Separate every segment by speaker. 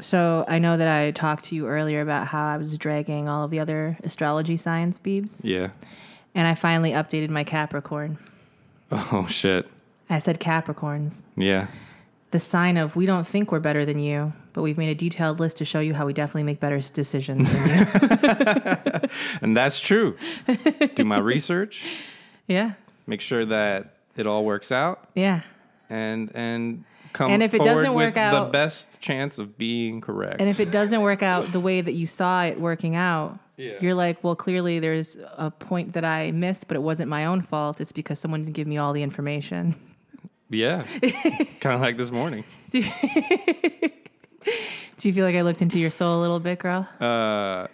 Speaker 1: So I know that I talked to you earlier about how I was dragging all of the other astrology science beebs,
Speaker 2: Yeah.
Speaker 1: and I finally updated my Capricorn.
Speaker 2: Oh shit.
Speaker 1: I said Capricorns,
Speaker 2: Yeah.
Speaker 1: the sign of we don't think we're better than you, but we've made a detailed list to show you how we definitely make better decisions than you.
Speaker 2: And that's true. Do my research,
Speaker 1: yeah,
Speaker 2: make sure that it all works out
Speaker 1: yeah.
Speaker 2: and and come
Speaker 1: And if it
Speaker 2: forward
Speaker 1: doesn't
Speaker 2: with
Speaker 1: work out-
Speaker 2: the best chance of being correct.
Speaker 1: And if it doesn't work out the way that you saw it working out,
Speaker 2: Yeah.
Speaker 1: you're like, well, clearly there's a point that I missed, but it wasn't my own fault. It's because someone didn't give me all the information.
Speaker 2: yeah. kind of like this morning.
Speaker 1: Do you feel like I looked into your soul a little bit, girl?
Speaker 2: Uh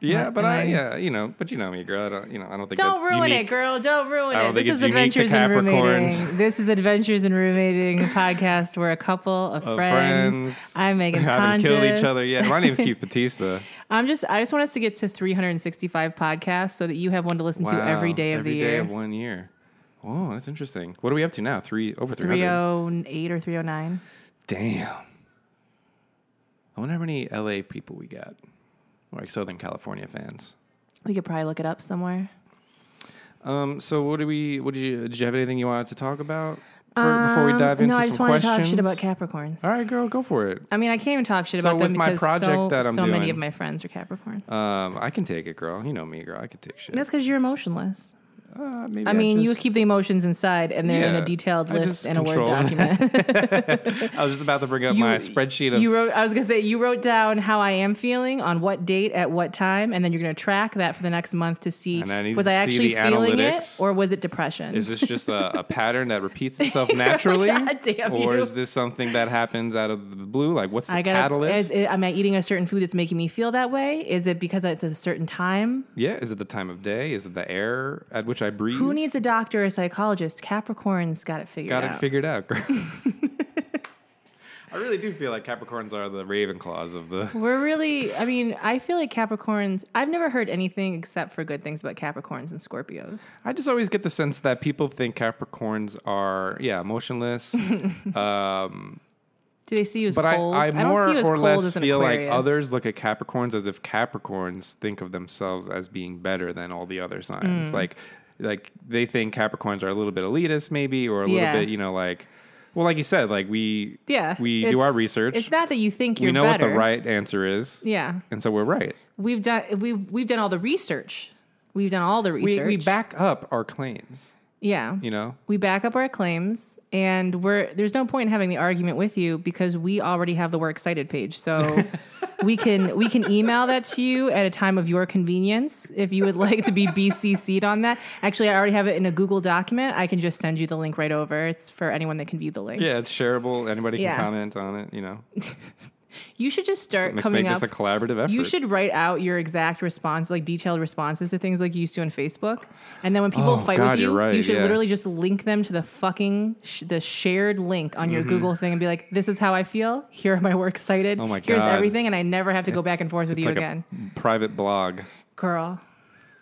Speaker 2: yeah,
Speaker 1: Am-
Speaker 2: but
Speaker 1: am
Speaker 2: I,
Speaker 1: I-
Speaker 2: yeah, you know, but you know me, girl. I don't, you know, I don't think
Speaker 1: Don't
Speaker 2: that's
Speaker 1: ruin
Speaker 2: unique.
Speaker 1: it, girl. Don't ruin
Speaker 2: I don't
Speaker 1: it.
Speaker 2: think
Speaker 1: This
Speaker 2: it's
Speaker 1: is
Speaker 2: unique to
Speaker 1: Adventures in
Speaker 2: Capricorns.
Speaker 1: Roommating. This is Adventures in Roommating, a podcast where a couple of
Speaker 2: Of
Speaker 1: friends.
Speaker 2: friends.
Speaker 1: I'm Megan
Speaker 2: haven't killed each
Speaker 1: Tonjes.
Speaker 2: other yet. My name's Keith Batista.
Speaker 1: I'm just. I just want us to get to 365 podcasts so that you have one to listen to every day of the
Speaker 2: Every day
Speaker 1: year.
Speaker 2: of one year. Oh, that's interesting. What are we up to now? Three over three hundred.
Speaker 1: 308 or 309.
Speaker 2: Damn. I wonder how many LA people we got, or like Southern California fans.
Speaker 1: We could probably look it up somewhere.
Speaker 2: Um. So what do we? What did you? Did you have anything you wanted to talk about for, before we dive into
Speaker 1: Um, no, I
Speaker 2: some
Speaker 1: just want
Speaker 2: questions?
Speaker 1: to talk shit about Capricorns.
Speaker 2: All right, girl, go for it.
Speaker 1: I mean, I can't even talk shit
Speaker 2: So
Speaker 1: about them
Speaker 2: with my
Speaker 1: because
Speaker 2: project
Speaker 1: so,
Speaker 2: that I'm
Speaker 1: so many
Speaker 2: doing-
Speaker 1: of my friends are Capricorn.
Speaker 2: Um, I can take it, girl. You know me, girl. I can take shit.
Speaker 1: That's because you're emotionless.
Speaker 2: Uh, maybe
Speaker 1: I mean, you
Speaker 2: just-
Speaker 1: keep the emotions inside, and they're in
Speaker 2: Yeah,
Speaker 1: a detailed
Speaker 2: I just
Speaker 1: list in a Word
Speaker 2: control-
Speaker 1: document.
Speaker 2: I was just about to bring up
Speaker 1: You-
Speaker 2: my spreadsheet of
Speaker 1: you wrote. I was gonna say you wrote down how I am feeling on what date at what time, and then you're gonna track that for the next month to see
Speaker 2: And I need
Speaker 1: was
Speaker 2: to
Speaker 1: I actually
Speaker 2: see the
Speaker 1: feeling
Speaker 2: analytics.
Speaker 1: it or was it depression.
Speaker 2: Is this just a, a pattern that repeats itself naturally,
Speaker 1: God damn
Speaker 2: or
Speaker 1: you.
Speaker 2: is this something that happens out of the blue? Like, what's the
Speaker 1: I got Is,
Speaker 2: catalyst?
Speaker 1: is, am I eating a certain food that's making me feel that way? Is it because it's a certain time?
Speaker 2: yeah, is it the time of day? Is it the air at which I breathe?
Speaker 1: Who needs a doctor or a psychologist? Capricorns got it figured
Speaker 2: Got
Speaker 1: out.
Speaker 2: it figured out, girl. I really do feel like Capricorns are the Ravenclaws of the.
Speaker 1: We're really, I mean, I feel like Capricorns, I've never heard anything except for good things about Capricorns and Scorpios.
Speaker 2: I just always get the sense that people think Capricorns are, yeah, emotionless. um,
Speaker 1: Do they see you as
Speaker 2: but I,
Speaker 1: cold?
Speaker 2: I
Speaker 1: don't
Speaker 2: more
Speaker 1: see you as
Speaker 2: or
Speaker 1: cold
Speaker 2: less
Speaker 1: as an
Speaker 2: feel like
Speaker 1: Aquarius.
Speaker 2: others look at Capricorns as if Capricorns think of themselves as being better than all the other signs.
Speaker 1: Mm.
Speaker 2: Like, like they think Capricorns are a little bit elitist, maybe, or a little
Speaker 1: Yeah.
Speaker 2: bit, you know, like, well, like you said, like we,
Speaker 1: Yeah.
Speaker 2: we do
Speaker 1: it's-
Speaker 2: our research.
Speaker 1: It's not that you think you're
Speaker 2: we know
Speaker 1: better.
Speaker 2: what the right answer is,
Speaker 1: Yeah.
Speaker 2: and so we're right.
Speaker 1: We've done, we've, we've done all the research. We've done all the
Speaker 2: We,
Speaker 1: research.
Speaker 2: we back up our claims,
Speaker 1: Yeah.
Speaker 2: you know.
Speaker 1: we back up our claims and we're there's no point in having the argument with you because we already have the we're excited page so we can we can email that to you at a time of your convenience if you would like to be bcc'd on that actually i already have it in a google document i can just send you the link right over it's for anyone that can view the link
Speaker 2: Yeah, it's shareable. Anybody
Speaker 1: Yeah.
Speaker 2: can comment on it, you know.
Speaker 1: you should just start
Speaker 2: Let's
Speaker 1: coming
Speaker 2: make
Speaker 1: up
Speaker 2: this a collaborative effort.
Speaker 1: you should write out your exact response, like detailed responses to things like you used to on Facebook. And then when people
Speaker 2: Oh,
Speaker 1: fight
Speaker 2: God,
Speaker 1: with you,
Speaker 2: you're right,
Speaker 1: you should
Speaker 2: yeah.
Speaker 1: literally just link them to the fucking sh- the shared link on your Google thing and be like, "This is how I feel. Here am I work cited.
Speaker 2: Mm-hmm. Oh my
Speaker 1: Here's
Speaker 2: God.
Speaker 1: everything, and I never have to go back and forth with
Speaker 2: It's
Speaker 1: you
Speaker 2: like a
Speaker 1: again,
Speaker 2: private blog.
Speaker 1: girl."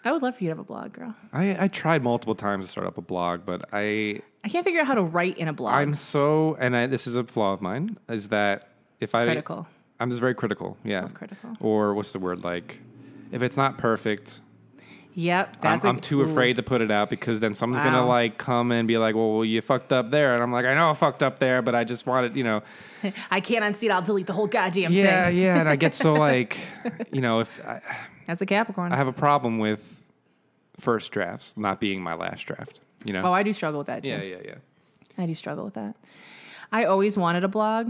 Speaker 1: I would love for you to have a blog, girl.
Speaker 2: I, I tried multiple times to start up a blog, but I
Speaker 1: I can't figure out how to write in a blog.
Speaker 2: I'm so and I, this is a flaw of mine is that if I
Speaker 1: Critical.
Speaker 2: I'm just very critical, yeah,
Speaker 1: Self-critical.
Speaker 2: or what's the word like if it's not perfect,
Speaker 1: yep,
Speaker 2: I'm,
Speaker 1: that's a-
Speaker 2: I'm too
Speaker 1: ooh.
Speaker 2: afraid to put it out because then someone's gonna
Speaker 1: Wow.
Speaker 2: like come and be like, well, well, you fucked up there, and I'm like, I know I fucked up there, but I just wanted, you know,
Speaker 1: I can't unsee it. I'll delete the whole goddamn
Speaker 2: yeah,
Speaker 1: thing.
Speaker 2: yeah, and I get so like, you know, if I,
Speaker 1: That's a Capricorn.
Speaker 2: I have a problem with first drafts not being my last draft, you know,
Speaker 1: oh, I do struggle with that. Too.
Speaker 2: yeah, yeah, yeah.
Speaker 1: I do struggle with that. I always wanted a blog,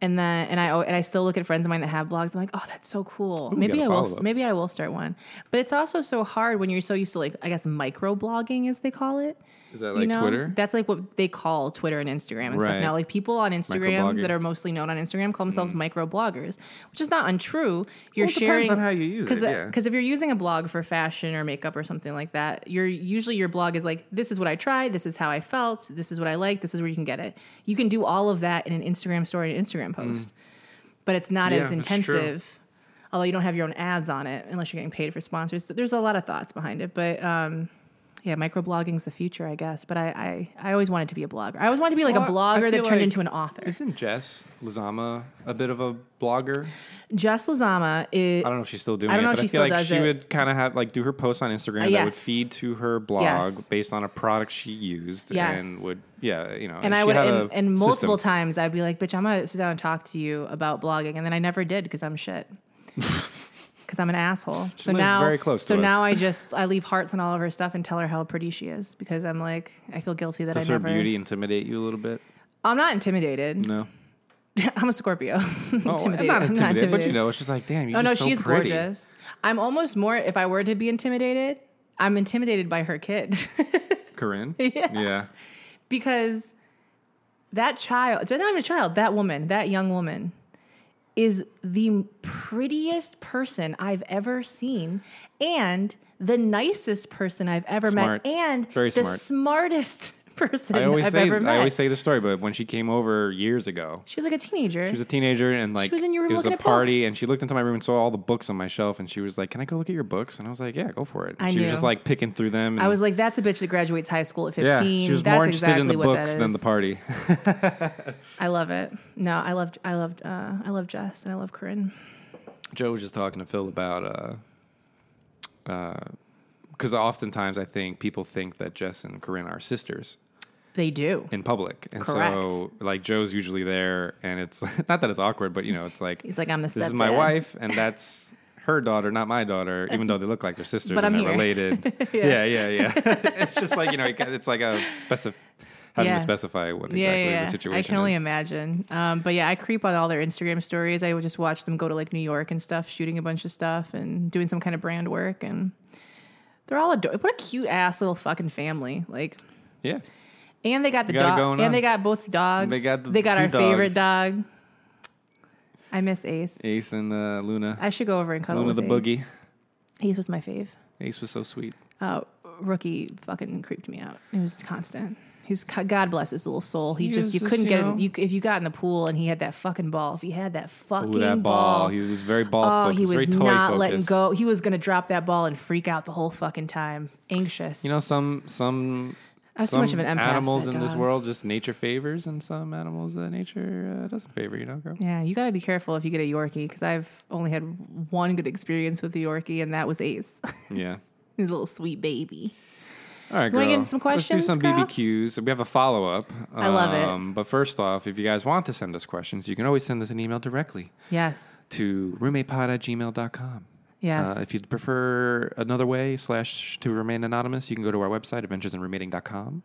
Speaker 1: and then and I al- and I still look at friends of mine that have blogs. I'm like, oh, that's so cool. maybe
Speaker 2: gotta
Speaker 1: I will.
Speaker 2: follow up.
Speaker 1: Maybe I will start one. But it's also so hard when you're so used to like I guess micro blogging as they call it.
Speaker 2: Is that
Speaker 1: You
Speaker 2: like
Speaker 1: know?
Speaker 2: Twitter?
Speaker 1: That's like what they call Twitter and Instagram and
Speaker 2: Right.
Speaker 1: stuff. Now, like people on Instagram
Speaker 2: Microblogging. Mm.
Speaker 1: that are mostly known on Instagram call themselves micro bloggers, which is not untrue. You're
Speaker 2: Well, it
Speaker 1: sharing
Speaker 2: depends on how you use
Speaker 1: Cause,
Speaker 2: it,
Speaker 1: uh,
Speaker 2: yeah.
Speaker 1: 'cause if you're using a blog for fashion or makeup or something like that, you're usually your blog is like, this is what I tried, this is how I felt, this is what I like, this is where you can get it. You can do all of that in an Instagram story and Instagram post, but it's not
Speaker 2: Mm. Yeah,
Speaker 1: as
Speaker 2: that's
Speaker 1: intensive. Although you don't have your own ads on it unless you're getting paid for sponsors. So there's a lot of thoughts behind it, but um, Yeah, microblogging's the future, I guess. But I, I, I always wanted to be a blogger. I always wanted to be like
Speaker 2: Well, I-
Speaker 1: a
Speaker 2: I
Speaker 1: blogger that
Speaker 2: feel
Speaker 1: turned
Speaker 2: like-
Speaker 1: into an author.
Speaker 2: Isn't Jess Lazama a bit of a blogger?
Speaker 1: Jess Lazama is
Speaker 2: I don't know if she's still doing
Speaker 1: I don't
Speaker 2: it,
Speaker 1: know
Speaker 2: but
Speaker 1: if she still
Speaker 2: I feel like
Speaker 1: does
Speaker 2: she
Speaker 1: it.
Speaker 2: would kind of have like do her posts on Instagram that would
Speaker 1: yes.
Speaker 2: feed to her blog
Speaker 1: Yes.
Speaker 2: based on a product she used
Speaker 1: Yes.
Speaker 2: and would yeah, you know.
Speaker 1: and I
Speaker 2: she
Speaker 1: would
Speaker 2: had
Speaker 1: and,
Speaker 2: a
Speaker 1: and multiple
Speaker 2: system.
Speaker 1: times I'd be like, "Bitch, I'm gonna sit down and talk to you about blogging," and then I never did because I'm shit. Because I'm an asshole. so
Speaker 2: lives
Speaker 1: now,
Speaker 2: very close
Speaker 1: so
Speaker 2: to us.
Speaker 1: now I just I leave hearts on all of her stuff and tell her how pretty she is because I'm like I feel guilty that
Speaker 2: Does
Speaker 1: I
Speaker 2: her
Speaker 1: never.
Speaker 2: beauty intimidate you a little bit?
Speaker 1: I'm not intimidated.
Speaker 2: No.
Speaker 1: I'm a Scorpio.
Speaker 2: Oh,
Speaker 1: intimidated.
Speaker 2: Not
Speaker 1: I'm
Speaker 2: intimidated, but you know, it's just like, damn, you're
Speaker 1: Oh no,
Speaker 2: just so
Speaker 1: she's
Speaker 2: pretty.
Speaker 1: gorgeous. I'm almost more. If I were to be intimidated, I'm intimidated by her kid
Speaker 2: Corinne? Yeah.
Speaker 1: because that child, not even a child, that woman, that young woman, is the prettiest person I've ever seen, and the nicest person I've ever
Speaker 2: Smart.
Speaker 1: met, and
Speaker 2: Very
Speaker 1: the
Speaker 2: smart.
Speaker 1: smartest person
Speaker 2: I always
Speaker 1: I've
Speaker 2: say
Speaker 1: ever met.
Speaker 2: I always say the story, but when she came over years ago,
Speaker 1: she was like a teenager.
Speaker 2: She was a teenager and like
Speaker 1: was in your room
Speaker 2: it was a
Speaker 1: looking at
Speaker 2: party
Speaker 1: books.
Speaker 2: and she looked into my room and saw all the books on my shelf and she was like, "Can I go look at your books?" And I was like, "Yeah, go for it." And
Speaker 1: I
Speaker 2: she was
Speaker 1: knew.
Speaker 2: just like picking through them. And
Speaker 1: I was like, that's a bitch that graduates high school at 15.
Speaker 2: yeah, she was
Speaker 1: that's
Speaker 2: more interested
Speaker 1: exactly
Speaker 2: in the
Speaker 1: what that
Speaker 2: books
Speaker 1: is.
Speaker 2: than the party.
Speaker 1: I love it. No, I loved, I loved, uh, I love Jess and I love Corinne.
Speaker 2: Joe was just talking to Phil about uh, because oftentimes I think people think that Jess and Corinne are sisters
Speaker 1: They do.
Speaker 2: in public, and so
Speaker 1: Correct.
Speaker 2: like Joe's usually there, and it's not that it's awkward, but you know, it's like
Speaker 1: He's like, I'm the stepdad.
Speaker 2: this is my wife and that's her daughter not my daughter even though they look like they're sisters
Speaker 1: But
Speaker 2: and
Speaker 1: I'm
Speaker 2: they're related yeah yeah yeah, it's just like you know it's like a specific having
Speaker 1: Yeah.
Speaker 2: to specify what exactly
Speaker 1: Yeah, yeah, yeah.
Speaker 2: the situation
Speaker 1: I can only
Speaker 2: is
Speaker 1: imagine. Um, but yeah, I creep on all their Instagram stories. I would just watch them go to like New York and stuff, shooting a bunch of stuff and doing some kind of brand work. And they're all adorable. What a cute ass little fucking family. Like,
Speaker 2: yeah
Speaker 1: and they got the
Speaker 2: You got it
Speaker 1: dog.
Speaker 2: going
Speaker 1: And
Speaker 2: on.
Speaker 1: they got both dogs.
Speaker 2: They got the
Speaker 1: they got
Speaker 2: two
Speaker 1: our favorite
Speaker 2: dogs.
Speaker 1: dog. I miss Ace.
Speaker 2: ace and uh, luna
Speaker 1: I should go over and cuddle
Speaker 2: luna
Speaker 1: with
Speaker 2: the
Speaker 1: Ace.
Speaker 2: boogie
Speaker 1: Ace was my fave.
Speaker 2: ace was so sweet
Speaker 1: uh, rookie fucking creeped me out. It was constant. He was God bless his little soul. He,
Speaker 2: He
Speaker 1: just
Speaker 2: was
Speaker 1: you
Speaker 2: just,
Speaker 1: couldn't
Speaker 2: you
Speaker 1: get
Speaker 2: know-
Speaker 1: him. You, if you got in the pool and he had that fucking ball. If he had that fucking
Speaker 2: Ooh, that ball.
Speaker 1: ball.
Speaker 2: he was very ball
Speaker 1: Oh,
Speaker 2: focused
Speaker 1: he was
Speaker 2: very toy
Speaker 1: not
Speaker 2: focused.
Speaker 1: letting go. He was gonna drop that ball and freak out the whole fucking time. Anxious.
Speaker 2: you know some some
Speaker 1: I was too
Speaker 2: some
Speaker 1: much of an empath for
Speaker 2: animals
Speaker 1: that
Speaker 2: in this
Speaker 1: dog.
Speaker 2: world just nature favors and some animals that nature uh, doesn't favor you know girl
Speaker 1: Yeah, you gotta be careful if you get a Yorkie because I've only had one good experience with a Yorkie and that was Ace,
Speaker 2: yeah
Speaker 1: He's a little sweet baby.
Speaker 2: All right,
Speaker 1: You
Speaker 2: girl.
Speaker 1: wanna get into some
Speaker 2: Let's
Speaker 1: questions,
Speaker 2: do some
Speaker 1: girl?
Speaker 2: BBQs. We have a follow up.
Speaker 1: I love it.
Speaker 2: But first off, if you guys want to send us questions, you can always send us an email directly
Speaker 1: Yes,
Speaker 2: to roommatepod at gmail.com.
Speaker 1: yes.
Speaker 2: Uh, if you'd prefer another way slash to remain anonymous, you can go to our website, adventuresinroommating.com.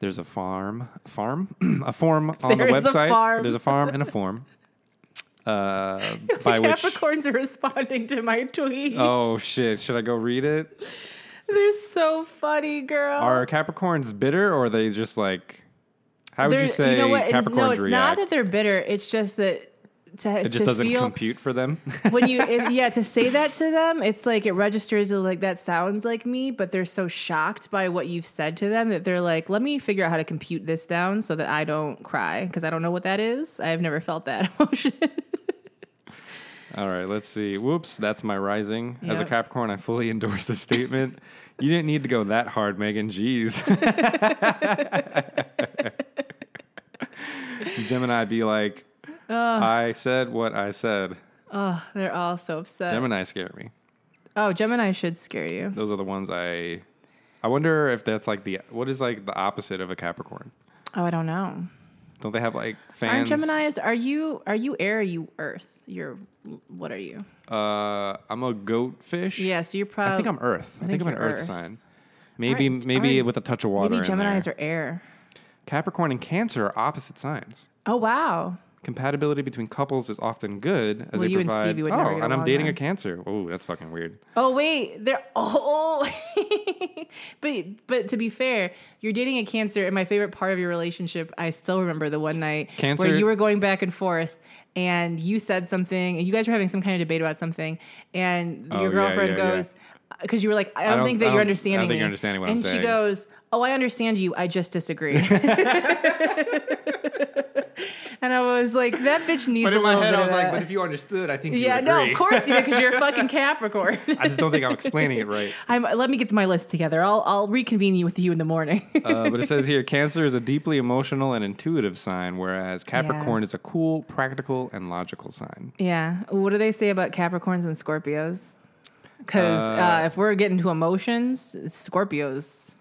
Speaker 2: There's a farm, farm, a form on the
Speaker 1: There is a
Speaker 2: website.
Speaker 1: farm.
Speaker 2: There's a farm and a form. Uh, by
Speaker 1: the
Speaker 2: which,
Speaker 1: Capricorns are responding to my tweet.
Speaker 2: oh shit, should I go read it?
Speaker 1: They're so funny, girl.
Speaker 2: Are Capricorns bitter or are they just like, how would you
Speaker 1: They're-
Speaker 2: say
Speaker 1: It's-
Speaker 2: Capricorns
Speaker 1: no, it's not
Speaker 2: react?
Speaker 1: that they're bitter. It's just that to,
Speaker 2: it just
Speaker 1: to
Speaker 2: doesn't
Speaker 1: feel
Speaker 2: compute for them.
Speaker 1: when you if- yeah to say that to them, it's like it registers as like that sounds like me, but they're so shocked by what you've said to them that they're like, let me figure out how to compute this down so that I don't cry because I don't know what that is. I've never felt that emotion.
Speaker 2: All right, let's see. Whoops, that's my rising. As a
Speaker 1: Yep.
Speaker 2: Capricorn, I fully endorse the statement. you didn't need to go that hard, Megan. Jeez. Gemini be like, I said what I said.
Speaker 1: oh, they're all so upset.
Speaker 2: Gemini scare me.
Speaker 1: oh, Gemini should scare you.
Speaker 2: Those are the ones I. I wonder if that's like the what is like the opposite of a Capricorn.
Speaker 1: Oh, I don't know.
Speaker 2: Don't they have like
Speaker 1: Aren't
Speaker 2: fans?
Speaker 1: Geminis? Are you are you air? Or are you earth? You're what are you?
Speaker 2: Uh, I'm a goat fish.
Speaker 1: Yeah, so you're probably.
Speaker 2: I think I'm Earth. I, think,
Speaker 1: oh, think
Speaker 2: I'm an
Speaker 1: you're
Speaker 2: Earth,
Speaker 1: Earth.
Speaker 2: sign. Maybe
Speaker 1: Aren't-
Speaker 2: maybe
Speaker 1: aren't-
Speaker 2: with a touch of water.
Speaker 1: Maybe
Speaker 2: in there.
Speaker 1: Gemini's are air.
Speaker 2: Capricorn and Cancer are opposite signs.
Speaker 1: Oh wow!
Speaker 2: Compatibility between couples is often good as
Speaker 1: Well,
Speaker 2: they
Speaker 1: you and
Speaker 2: provide.
Speaker 1: Stevie would
Speaker 2: oh,
Speaker 1: never get
Speaker 2: and I'm
Speaker 1: along
Speaker 2: dating a
Speaker 1: then.
Speaker 2: Cancer. Oh, that's fucking weird.
Speaker 1: Oh wait, they're oh. oh. but but to be fair, you're dating a Cancer, and my favorite part of your relationship, I still remember the one night
Speaker 2: Cancer-
Speaker 1: where you were going back and forth. And you said something, and you guys were having some kind of debate about something, and
Speaker 2: Oh, yeah,
Speaker 1: your girlfriend
Speaker 2: yeah, yeah.
Speaker 1: goes, because you were like, I don't,
Speaker 2: don't-
Speaker 1: think
Speaker 2: I
Speaker 1: that
Speaker 2: don't- I
Speaker 1: you're
Speaker 2: don't
Speaker 1: understanding.
Speaker 2: think
Speaker 1: me."
Speaker 2: you're understanding what I'm
Speaker 1: and
Speaker 2: saying.
Speaker 1: she goes, Oh, I understand you. I just disagree. And I was like, that bitch needs
Speaker 2: But
Speaker 1: a
Speaker 2: in my
Speaker 1: little
Speaker 2: head,
Speaker 1: bit
Speaker 2: I was
Speaker 1: of
Speaker 2: like,
Speaker 1: that.
Speaker 2: but if you understood, I think you
Speaker 1: yeah,
Speaker 2: would
Speaker 1: no,
Speaker 2: agree.
Speaker 1: of course you did because you're a fucking Capricorn.
Speaker 2: I just don't think I'm explaining it right.
Speaker 1: I'm, let me get my list together. I'll I'll reconvene you with you in the morning.
Speaker 2: Uh, but it says here Cancer is a deeply emotional and intuitive sign, whereas Capricorn
Speaker 1: Yeah.
Speaker 2: is a cool, practical, and logical sign.
Speaker 1: yeah. What do they say about Capricorns and Scorpios? Because uh,
Speaker 2: Uh,
Speaker 1: if we're getting to emotions, it's Scorpios,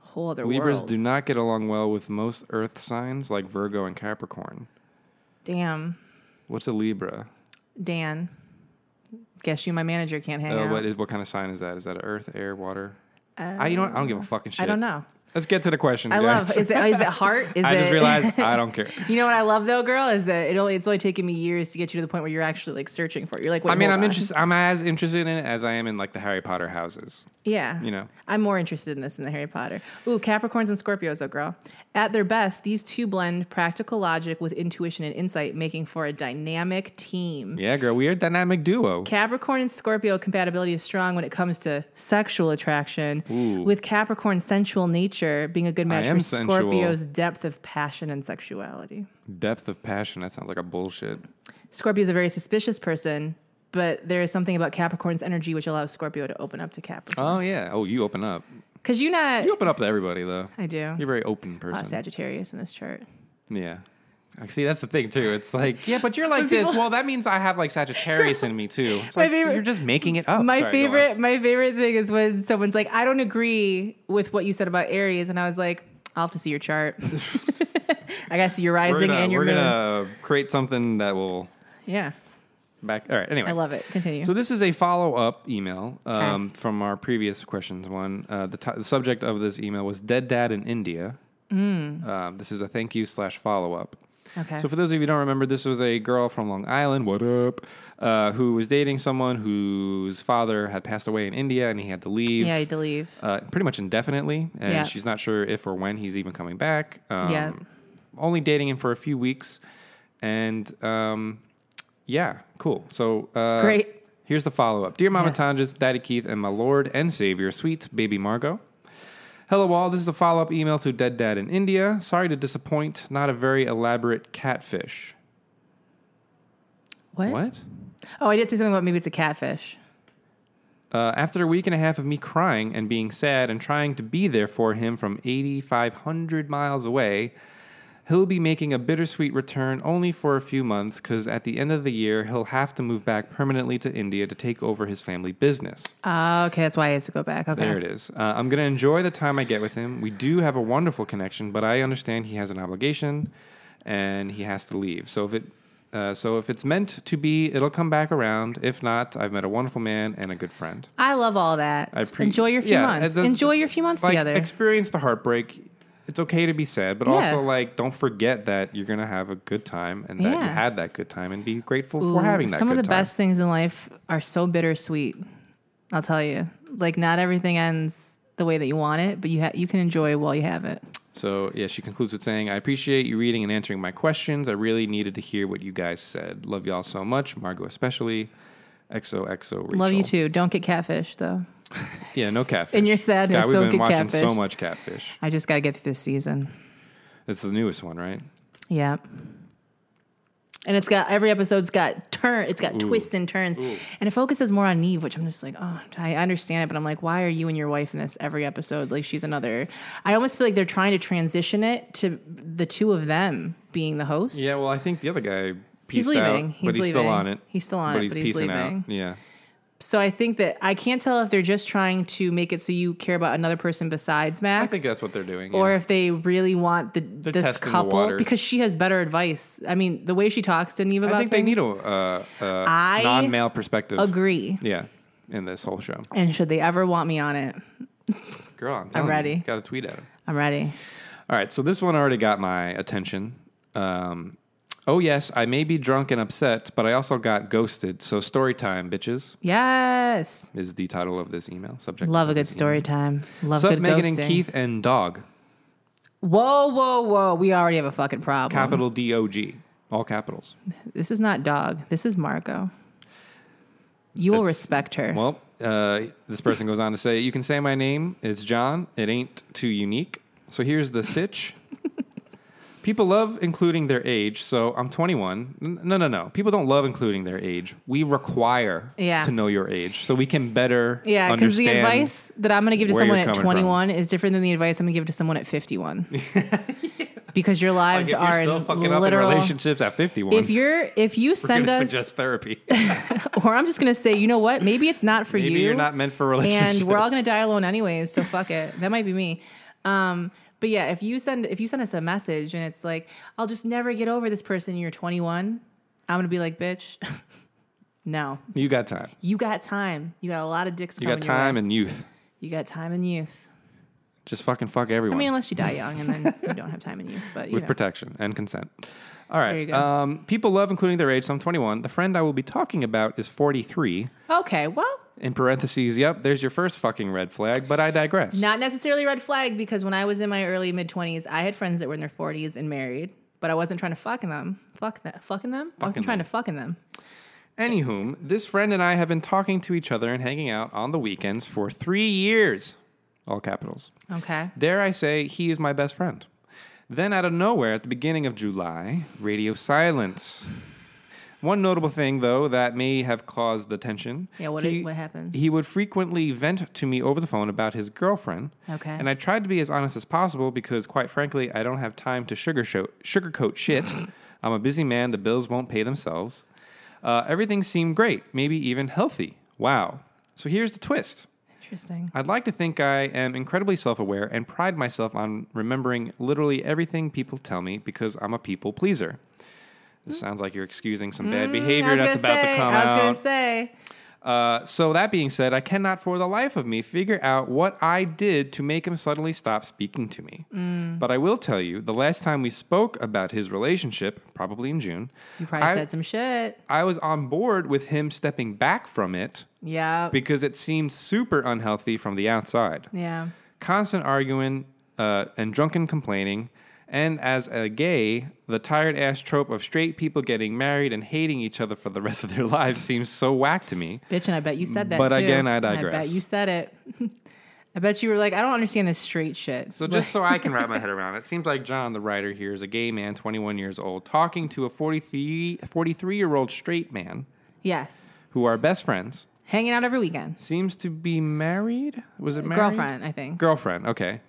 Speaker 1: whole other
Speaker 2: Libras
Speaker 1: world.
Speaker 2: do not get along well with most earth signs like Virgo and Capricorn.
Speaker 1: Damn,
Speaker 2: What's a Libra?
Speaker 1: Dan. Guess you, my manager, can't hang
Speaker 2: Uh,
Speaker 1: out.
Speaker 2: what is what kind of sign is that? Is that earth, air, water? I you know what? I don't give a fucking shit.
Speaker 1: Uh, I don't know.
Speaker 2: Let's get to the question.
Speaker 1: I
Speaker 2: guys.
Speaker 1: love. Is it is it heart? Is
Speaker 2: I
Speaker 1: it,
Speaker 2: just realized I don't care.
Speaker 1: You know what I love though, girl, is that it only, it's only taken me years to get you to the point where you're actually like searching for it. You're like, Wait,
Speaker 2: I mean,
Speaker 1: hold
Speaker 2: I'm
Speaker 1: on.
Speaker 2: interested. I'm as interested in it as I am in like the Harry Potter houses.
Speaker 1: Yeah,
Speaker 2: You know.
Speaker 1: I'm more interested in this than the Harry Potter. Ooh, Capricorns and Scorpios, though, girl. At their best, these two blend practical logic with intuition and insight, making for a dynamic team.
Speaker 2: Yeah, girl, we are a dynamic duo.
Speaker 1: Capricorn and Scorpio compatibility is strong when it comes to sexual attraction,
Speaker 2: Ooh.
Speaker 1: with Capricorn's sensual nature being a good match
Speaker 2: am
Speaker 1: for
Speaker 2: sensual.
Speaker 1: Scorpio's depth of passion and sexuality.
Speaker 2: Depth of passion. That sounds like a bullshit.
Speaker 1: Scorpio is a very suspicious person, but there is something about Capricorn's energy which allows Scorpio to open up to Capricorn.
Speaker 2: Oh yeah. Oh, you open up.
Speaker 1: Because you're not.
Speaker 2: You open up to everybody though.
Speaker 1: I do.
Speaker 2: You're a very open
Speaker 1: a lot of
Speaker 2: person.
Speaker 1: Sagittarius in this chart.
Speaker 2: Yeah. I see. That's the thing too. It's like, yeah, but you're like this.
Speaker 1: people-
Speaker 2: Well, that means I have like Sagittarius in me too. It's
Speaker 1: My
Speaker 2: like
Speaker 1: favorite-
Speaker 2: you're just making it up.
Speaker 1: My
Speaker 2: Oh, Sorry, go on.
Speaker 1: favorite, my favorite thing is when someone's like, "I don't agree with what you said about Aries," and I was like, "I'll have to see your chart. I got to see your
Speaker 2: We're
Speaker 1: rising
Speaker 2: gonna,
Speaker 1: and your
Speaker 2: we're
Speaker 1: moon."
Speaker 2: gonna create something that will
Speaker 1: Yeah,
Speaker 2: back. All right. Anyway,
Speaker 1: I love it. Continue.
Speaker 2: So this is a follow-up email um,
Speaker 1: Okay.
Speaker 2: from our previous questions. One, uh, the, t- the subject of this email was "Dead Dad in India."
Speaker 1: Hmm.
Speaker 2: Um, this is a thank you slash follow-up.
Speaker 1: okay.
Speaker 2: So for those of you who don't remember, this was a girl from Long Island. What up? Uh, who was dating someone whose father had passed away in India, and he had to leave.
Speaker 1: yeah, I had to leave.
Speaker 2: Uh, pretty much indefinitely, and
Speaker 1: Yeah.
Speaker 2: she's not sure if or when he's even coming back. Um,
Speaker 1: Yeah.
Speaker 2: Only dating him for a few weeks, and um, yeah, cool. So uh,
Speaker 1: Great.
Speaker 2: Here's the follow up. Dear Mama
Speaker 1: Yeah.
Speaker 2: Tanjas, Daddy Keith, and my Lord and Savior, sweet baby Margot. Hello, all. This is a follow up email to Dead Dad in India. Sorry to disappoint. Not a very elaborate catfish.
Speaker 1: What?
Speaker 2: What?
Speaker 1: Oh, I did say something about maybe it's a catfish.
Speaker 2: Uh, after a week and a half of me crying and being sad and trying to be there for him from 8,500 miles away, he'll be making a bittersweet return only for a few months because at the end of the year, he'll have to move back permanently to India to take over his family business.
Speaker 1: Oh, okay, that's why I has to go back. Okay.
Speaker 2: There it is. Uh, I'm going to enjoy the time I get with him. We do have a wonderful connection, but I understand he has an obligation and he has to leave. So if it uh, so if it's meant to be, it'll come back around. If not, I've met a wonderful man and a good friend.
Speaker 1: I love all that.
Speaker 2: I appre-
Speaker 1: Enjoy your few
Speaker 2: Yeah,
Speaker 1: months.
Speaker 2: it does-
Speaker 1: Enjoy your few months
Speaker 2: like,
Speaker 1: together.
Speaker 2: Experience the heartbreak. It's okay to be sad, but
Speaker 1: Yeah.
Speaker 2: also like don't forget that you're gonna have a good time and that you
Speaker 1: Yeah.
Speaker 2: had that good time and be grateful
Speaker 1: Ooh,
Speaker 2: for having that.
Speaker 1: Some of
Speaker 2: good
Speaker 1: the
Speaker 2: time.
Speaker 1: best things in life are so bittersweet. I'll tell you, like not everything ends the way that you want it, but you ha- you can enjoy while you have it.
Speaker 2: So, yeah, she concludes with saying, I appreciate you reading and answering my questions. I really needed to hear what you guys said. Love y'all so much, Margot especially. XOXO Rachel.
Speaker 1: Love you too. Don't get catfish though.
Speaker 2: Yeah, no catfish.
Speaker 1: In your sadness,
Speaker 2: God, we've
Speaker 1: don't
Speaker 2: been
Speaker 1: get
Speaker 2: watching
Speaker 1: catfish.
Speaker 2: so much catfish.
Speaker 1: I just got to get through this season.
Speaker 2: It's the newest one, right?
Speaker 1: Yeah. And it's got every episode's got turn. It's got twists and turns, and it focuses more on Neve, which I'm just like, oh, I understand it, but I'm like, why are you and your wife in this every episode? Like she's another. I almost feel like they're trying to transition it to the two of them being the hosts.
Speaker 2: Yeah, well, I think the other guy
Speaker 1: He's
Speaker 2: peaced out,
Speaker 1: leaving.
Speaker 2: but
Speaker 1: He's
Speaker 2: he's still
Speaker 1: leaving.
Speaker 2: on it.
Speaker 1: He's still on it, but he's
Speaker 2: peacing
Speaker 1: leaving.
Speaker 2: out. Yeah.
Speaker 1: So I think that I can't tell if they're just trying to make it so you care about another person besides Max.
Speaker 2: I think that's what they're doing.
Speaker 1: or
Speaker 2: yeah.
Speaker 1: if they really want the, this
Speaker 2: testing the
Speaker 1: couple
Speaker 2: waters.
Speaker 1: because she has better advice. I mean, the way she talks to Neve about
Speaker 2: I think they need
Speaker 1: things,
Speaker 2: a uh, uh,
Speaker 1: I
Speaker 2: non male perspective.
Speaker 1: agree.
Speaker 2: Yeah, in this whole show.
Speaker 1: And should they ever want me on it,
Speaker 2: Girl, I'm, telling
Speaker 1: ready.
Speaker 2: You, gotta tweet at him.
Speaker 1: I'm ready.
Speaker 2: All right, so this one already got my attention. Um, oh yes, I may be drunk and upset, but I also got ghosted. So story time, bitches,
Speaker 1: Yes,
Speaker 2: is the title of this email subject.
Speaker 1: love a
Speaker 2: of
Speaker 1: good
Speaker 2: this
Speaker 1: story time. Love
Speaker 2: Email. Sup,
Speaker 1: good
Speaker 2: Megan
Speaker 1: ghosting.
Speaker 2: and Keith and Dog,
Speaker 1: Whoa, whoa, whoa! We already have a fucking problem.
Speaker 2: capital D O G, all capitals.
Speaker 1: This is not dog. This is Margot. You will
Speaker 2: That's-
Speaker 1: respect her.
Speaker 2: Well, uh, this person goes on to say, "You can say my name. It's John. It ain't too unique." So here's the sitch. People love including their age, so I'm 21. N- No, no, no. People don't love including their age. We require
Speaker 1: Yeah.
Speaker 2: to know your age so we can better
Speaker 1: Yeah, because
Speaker 2: understand.
Speaker 1: the advice that I'm going to give to
Speaker 2: where you're
Speaker 1: someone at
Speaker 2: coming
Speaker 1: 21 is different than the advice I'm going to give to someone at 51. Because your lives
Speaker 2: Like, if you're
Speaker 1: are
Speaker 2: still
Speaker 1: in
Speaker 2: fucking up in
Speaker 1: literal.
Speaker 2: relationships at 51,
Speaker 1: if you're if you
Speaker 2: we're gonna
Speaker 1: send us,
Speaker 2: suggest therapy.
Speaker 1: or I'm just going to say, you know what? Maybe it's not for
Speaker 2: Maybe
Speaker 1: you.
Speaker 2: you, are not meant for relationships.
Speaker 1: and we're all going to die alone anyways. So fuck it. That might be me. Um, but yeah, if you send if you send us a message and it's like, I'll just never get over this person. You're 21. I'm going to be like, bitch. no,
Speaker 2: You got time.
Speaker 1: you got time. You got a lot of dicks.
Speaker 2: You
Speaker 1: coming
Speaker 2: got
Speaker 1: your way.
Speaker 2: time and youth.
Speaker 1: You got time and youth.
Speaker 2: Just fucking fuck
Speaker 1: I
Speaker 2: everyone
Speaker 1: mean, unless you die young and then you don't have time in youth, but you
Speaker 2: with
Speaker 1: know.
Speaker 2: protection and consent. All
Speaker 1: There you
Speaker 2: right.
Speaker 1: go.
Speaker 2: Um, people love including their age, so I'm 21. The friend I will be talking about is 43.
Speaker 1: okay, well,
Speaker 2: In parentheses, yep, there's your first fucking red flag, but I digress.
Speaker 1: not necessarily red flag because when I was in my early mid twenties, I had friends that were in their forties and married, but I wasn't trying to fucking them. Fuck that, fucking them. I
Speaker 2: Fucking
Speaker 1: wasn't trying
Speaker 2: them.
Speaker 1: to fucking them.
Speaker 2: Anywhom, this friend and I have been talking to each other and hanging out on the weekends for three years. All capitals.
Speaker 1: Okay.
Speaker 2: Dare I say, he is my best friend. Then, out of nowhere, at the beginning of July, radio silence. One notable thing, though, that may have caused the tension.
Speaker 1: Yeah, what
Speaker 2: he,
Speaker 1: did- what happened?
Speaker 2: He would frequently vent to me over the phone about his girlfriend.
Speaker 1: Okay.
Speaker 2: And I tried to be as honest as possible because, quite frankly, I don't have time to sugar show, sugarcoat shit. I'm a busy man. The bills won't pay themselves. Uh, everything seemed great, maybe even healthy. Wow. So here's the twist.
Speaker 1: Interesting.
Speaker 2: I'd like to think I am incredibly self aware and pride myself on remembering literally everything people tell me because I'm a people pleaser. This sounds like you're excusing some bad behavior that's about
Speaker 1: say,
Speaker 2: to come
Speaker 1: Hmm. I was
Speaker 2: out.
Speaker 1: gonna say.
Speaker 2: Uh, so, that being said, I cannot for the life of me figure out what I did to make him suddenly stop speaking to me.
Speaker 1: Mm.
Speaker 2: But I will tell you, the last time we spoke about his relationship, probably in June,
Speaker 1: You probably
Speaker 2: I-
Speaker 1: said some shit.
Speaker 2: I was on board with him stepping back from it
Speaker 1: Yeah.
Speaker 2: because it seemed super unhealthy from the outside
Speaker 1: yeah.
Speaker 2: constant arguing uh, and drunken complaining. And as a gay, the tired ass trope of straight people getting married and hating each other for the rest of their lives seems so whack to me.
Speaker 1: Bitch, and I bet you said that.
Speaker 2: But
Speaker 1: too.
Speaker 2: again, I
Speaker 1: I bet
Speaker 2: digress.
Speaker 1: you said it. I bet you were like, I don't understand this straight shit.
Speaker 2: So just so I can wrap my head around it, seems like John, the writer here, is a gay man, 21 years old, talking to a 43 year old straight man
Speaker 1: yes.
Speaker 2: who are best friends.
Speaker 1: Hanging out every weekend.
Speaker 2: Seems to be married. Was it married?
Speaker 1: Girlfriend, I think.
Speaker 2: Girlfriend. Okay.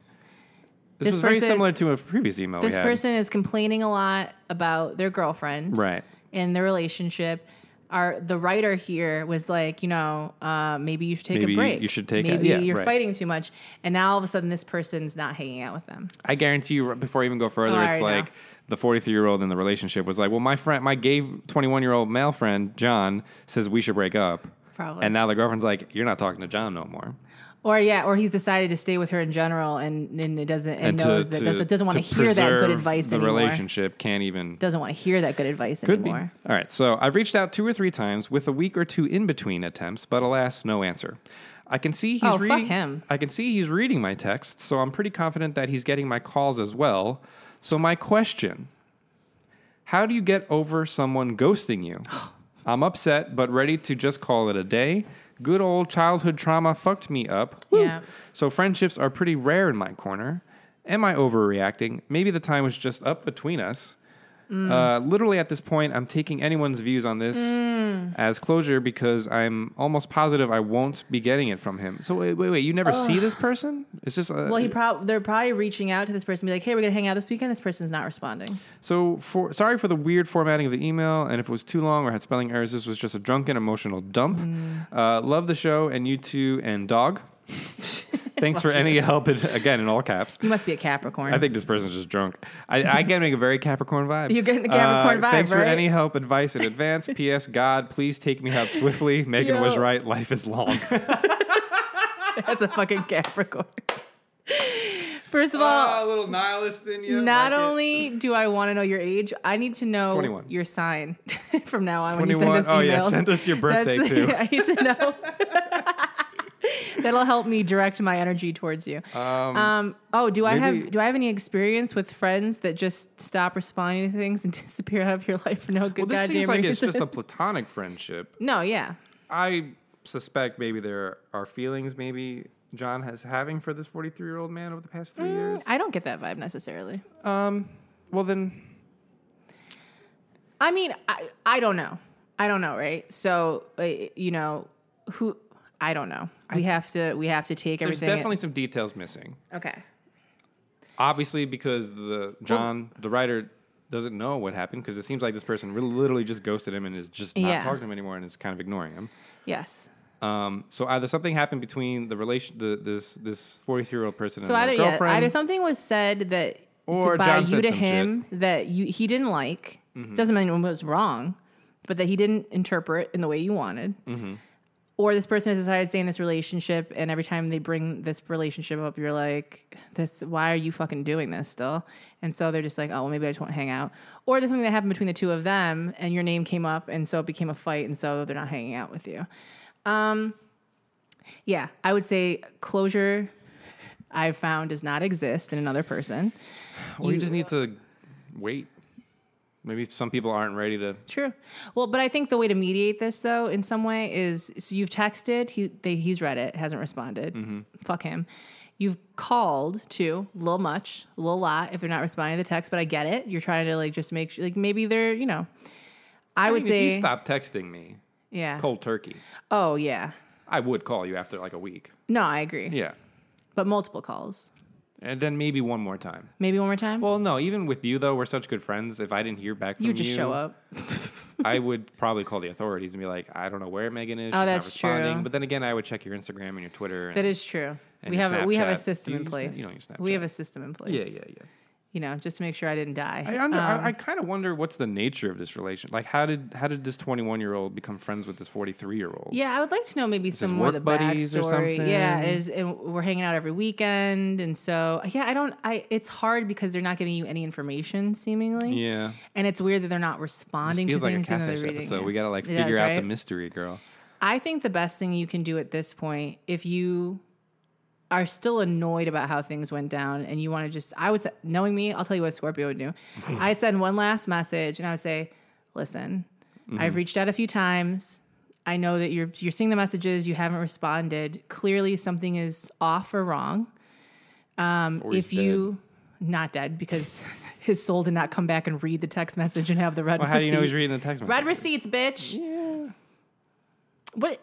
Speaker 2: This,
Speaker 1: This
Speaker 2: was very
Speaker 1: person-
Speaker 2: similar to a previous email.
Speaker 1: this
Speaker 2: we had.
Speaker 1: person is complaining a lot about their girlfriend
Speaker 2: Right.
Speaker 1: and their relationship. Our the writer here was like, you know, uh, maybe you should take
Speaker 2: Maybe
Speaker 1: a break.
Speaker 2: you should take a-
Speaker 1: Maybe
Speaker 2: yeah,
Speaker 1: you're
Speaker 2: right.
Speaker 1: fighting too much, and now all of a sudden this person's not hanging out with them.
Speaker 2: I guarantee you, before I even go further,
Speaker 1: Oh, I
Speaker 2: it's
Speaker 1: already
Speaker 2: like
Speaker 1: know.
Speaker 2: the 43 year old in the relationship was like, well, my friend, my gay 21 year old male friend, John, says we should break up.
Speaker 1: Probably.
Speaker 2: And now the girlfriend's like, you're not talking to John no more.
Speaker 1: Or yeah, or he's decided to stay with her in general, and, and it doesn't and,
Speaker 2: to-
Speaker 1: knows that
Speaker 2: to-
Speaker 1: doesn't, doesn't want to
Speaker 2: to
Speaker 1: hear that good
Speaker 2: preserve
Speaker 1: advice
Speaker 2: The
Speaker 1: anymore.
Speaker 2: relationship can't even.
Speaker 1: Doesn't want to hear that good advice
Speaker 2: Could be.
Speaker 1: anymore.
Speaker 2: All right. So I've reached out two or three times with a week or two in between attempts, but alas, no answer. I can see he's
Speaker 1: Oh, fuck
Speaker 2: reading.
Speaker 1: him.
Speaker 2: I can see he's reading my texts, so I'm pretty confident that he's getting my calls as well. So my question: How do you get over someone ghosting you? I'm upset, but ready to just call it a day. Good old childhood trauma fucked me up. Woo.
Speaker 1: Yeah.
Speaker 2: So friendships are pretty rare in my corner. Am I overreacting? Maybe the time was just up between us. Uh, literally at this point, I'm taking anyone's views on this as closure because I'm almost positive I won't be getting it from him. So wait, wait, wait. You never see this person? It's just uh,
Speaker 1: Well, he prob- they're probably reaching out to this person, and be like, "Hey, we're gonna hang out this weekend." This person's not responding.
Speaker 2: so for sorry for the weird formatting of the email, and if it was too long or had spelling errors, this was just a drunken emotional dump. Uh, love the show and you too and dog. Thanks for any help. And, again, in all caps.
Speaker 1: You must be a Capricorn.
Speaker 2: I think this person's just drunk. I, I get getting a very Capricorn vibe. Uh,
Speaker 1: You're getting the Capricorn vibe,
Speaker 2: Thanks for
Speaker 1: right?
Speaker 2: any help, advice in advance. P.S. God, please take me out swiftly. Megan was
Speaker 1: Yo.
Speaker 2: right. Life is long.
Speaker 1: That's a fucking Capricorn. First of all,
Speaker 2: Ah, a little nihilist in you.
Speaker 1: not only do I want to know your age, I need to know
Speaker 2: 21.
Speaker 1: your sign from now on when you send
Speaker 2: 21.
Speaker 1: us emails.
Speaker 2: Oh, yeah, send us your birthday, too.
Speaker 1: I need to know. That'll help me direct my energy towards you. Um, oh, do I
Speaker 2: maybe-
Speaker 1: have do I have any experience with friends that just stop responding to things and disappear out of your life for no good
Speaker 2: Well, this
Speaker 1: goddamn
Speaker 2: seems like
Speaker 1: reason?
Speaker 2: it's just a platonic friendship.
Speaker 1: no, yeah.
Speaker 2: I suspect maybe there are feelings maybe
Speaker 1: Mm,
Speaker 2: John has having for this 43 year old man over the past three years.
Speaker 1: I don't get that vibe necessarily.
Speaker 2: Well, then,
Speaker 1: I mean, I, I don't know. I don't know, right? So, uh, you know, who I don't know. We have to we have to take
Speaker 2: there's
Speaker 1: everything.
Speaker 2: definitely some details missing.
Speaker 1: okay.
Speaker 2: Obviously, because the John, the writer, doesn't know what happened because it seems like this person really, literally just ghosted him and is just not
Speaker 1: Yeah.
Speaker 2: talking to him anymore and is kind of ignoring him.
Speaker 1: Yes.
Speaker 2: Um, so either something happened between the relation, the, this this forty three year old person
Speaker 1: So
Speaker 2: and
Speaker 1: either
Speaker 2: their
Speaker 1: yeah,
Speaker 2: girlfriend.
Speaker 1: either something was said that
Speaker 2: Or
Speaker 1: to, by
Speaker 2: John Mm-hmm.
Speaker 1: you
Speaker 2: said
Speaker 1: to
Speaker 2: some
Speaker 1: him that you he didn't like. Doesn't mean it was wrong, but that he didn't interpret in the way you wanted.
Speaker 2: Mm-hmm.
Speaker 1: Or this person has decided to stay in this relationship, and every time they bring this relationship up, you're like, "This, why are you fucking doing this still?" And so they're just like, "Oh, well, maybe I just won't hang out." Or there's something that happened between the two of them, and your name came up, and so it became a fight, and so they're not hanging out with you. Um, Yeah, I would say closure I've found does not exist in another person.
Speaker 2: well, you,
Speaker 1: you-
Speaker 2: just need to wait. Maybe some people aren't ready to.
Speaker 1: True. Well, but I think the way to mediate this though in some way is so you've texted, he they, he's read it, hasn't responded.
Speaker 2: Mm-hmm.
Speaker 1: Fuck him. You've called too, a little much, a little lot if they're not responding to the text, but I get it. You're trying to like just make sure like maybe they're, you know. I, would
Speaker 2: mean, if
Speaker 1: say
Speaker 2: you stop texting me,
Speaker 1: yeah.
Speaker 2: cold turkey.
Speaker 1: Oh, yeah.
Speaker 2: I would call you after like a week.
Speaker 1: No, I agree.
Speaker 2: Yeah,
Speaker 1: But multiple calls.
Speaker 2: and then maybe one more time.
Speaker 1: Maybe one more time.
Speaker 2: Well, no, even with you though, we're such good friends. If I didn't hear back from you,
Speaker 1: you just show up.
Speaker 2: I would probably call the authorities and be like, I don't know where Megan is. She's
Speaker 1: Oh, that's
Speaker 2: not
Speaker 1: true.
Speaker 2: responding. But then again, I would check your Instagram and your Twitter. And,
Speaker 1: That is true.
Speaker 2: And
Speaker 1: we
Speaker 2: your
Speaker 1: have a, we have a
Speaker 2: Snapchat.
Speaker 1: system
Speaker 2: You
Speaker 1: in
Speaker 2: use-
Speaker 1: place.
Speaker 2: you don't use
Speaker 1: we have
Speaker 2: Snapchat.
Speaker 1: a system in place.
Speaker 2: yeah, yeah, yeah.
Speaker 1: You know, just to make sure I didn't die.
Speaker 2: I under,
Speaker 1: Um,
Speaker 2: I, I kind of wonder what's the nature of this relation. Like, how did how did this twenty one year old become friends with this forty three year old?
Speaker 1: Yeah, I would like to know maybe
Speaker 2: is
Speaker 1: some more of the
Speaker 2: work buddies or
Speaker 1: backstory. yeah,
Speaker 2: something?
Speaker 1: is and we're hanging out every weekend, and so yeah, I don't. I it's hard because they're not giving you any information seemingly,
Speaker 2: yeah.
Speaker 1: and it's weird that they're not responding
Speaker 2: Feels
Speaker 1: to
Speaker 2: like a
Speaker 1: things. even though
Speaker 2: catfish
Speaker 1: they're reading
Speaker 2: episode.
Speaker 1: it.
Speaker 2: We gotta like
Speaker 1: Yeah,
Speaker 2: figure
Speaker 1: that's
Speaker 2: out
Speaker 1: right.
Speaker 2: the mystery girl.
Speaker 1: I think the best thing you can do at this point, if you are still annoyed about how things went down and you want to just, I would say, knowing me, I'll tell you what Scorpio would do. I'd send one last message and I would say, listen,
Speaker 2: Mm-hmm.
Speaker 1: I've reached out a few times. I know that you're you're seeing the messages, you haven't responded. Clearly something is off or wrong. Um,
Speaker 2: Or he's
Speaker 1: if you not dead because his soul did not come back and read the text message and have the red
Speaker 2: Well, how do you know
Speaker 1: receipt.
Speaker 2: he's reading the text message?
Speaker 1: Red receipts, bitch. Yeah. What?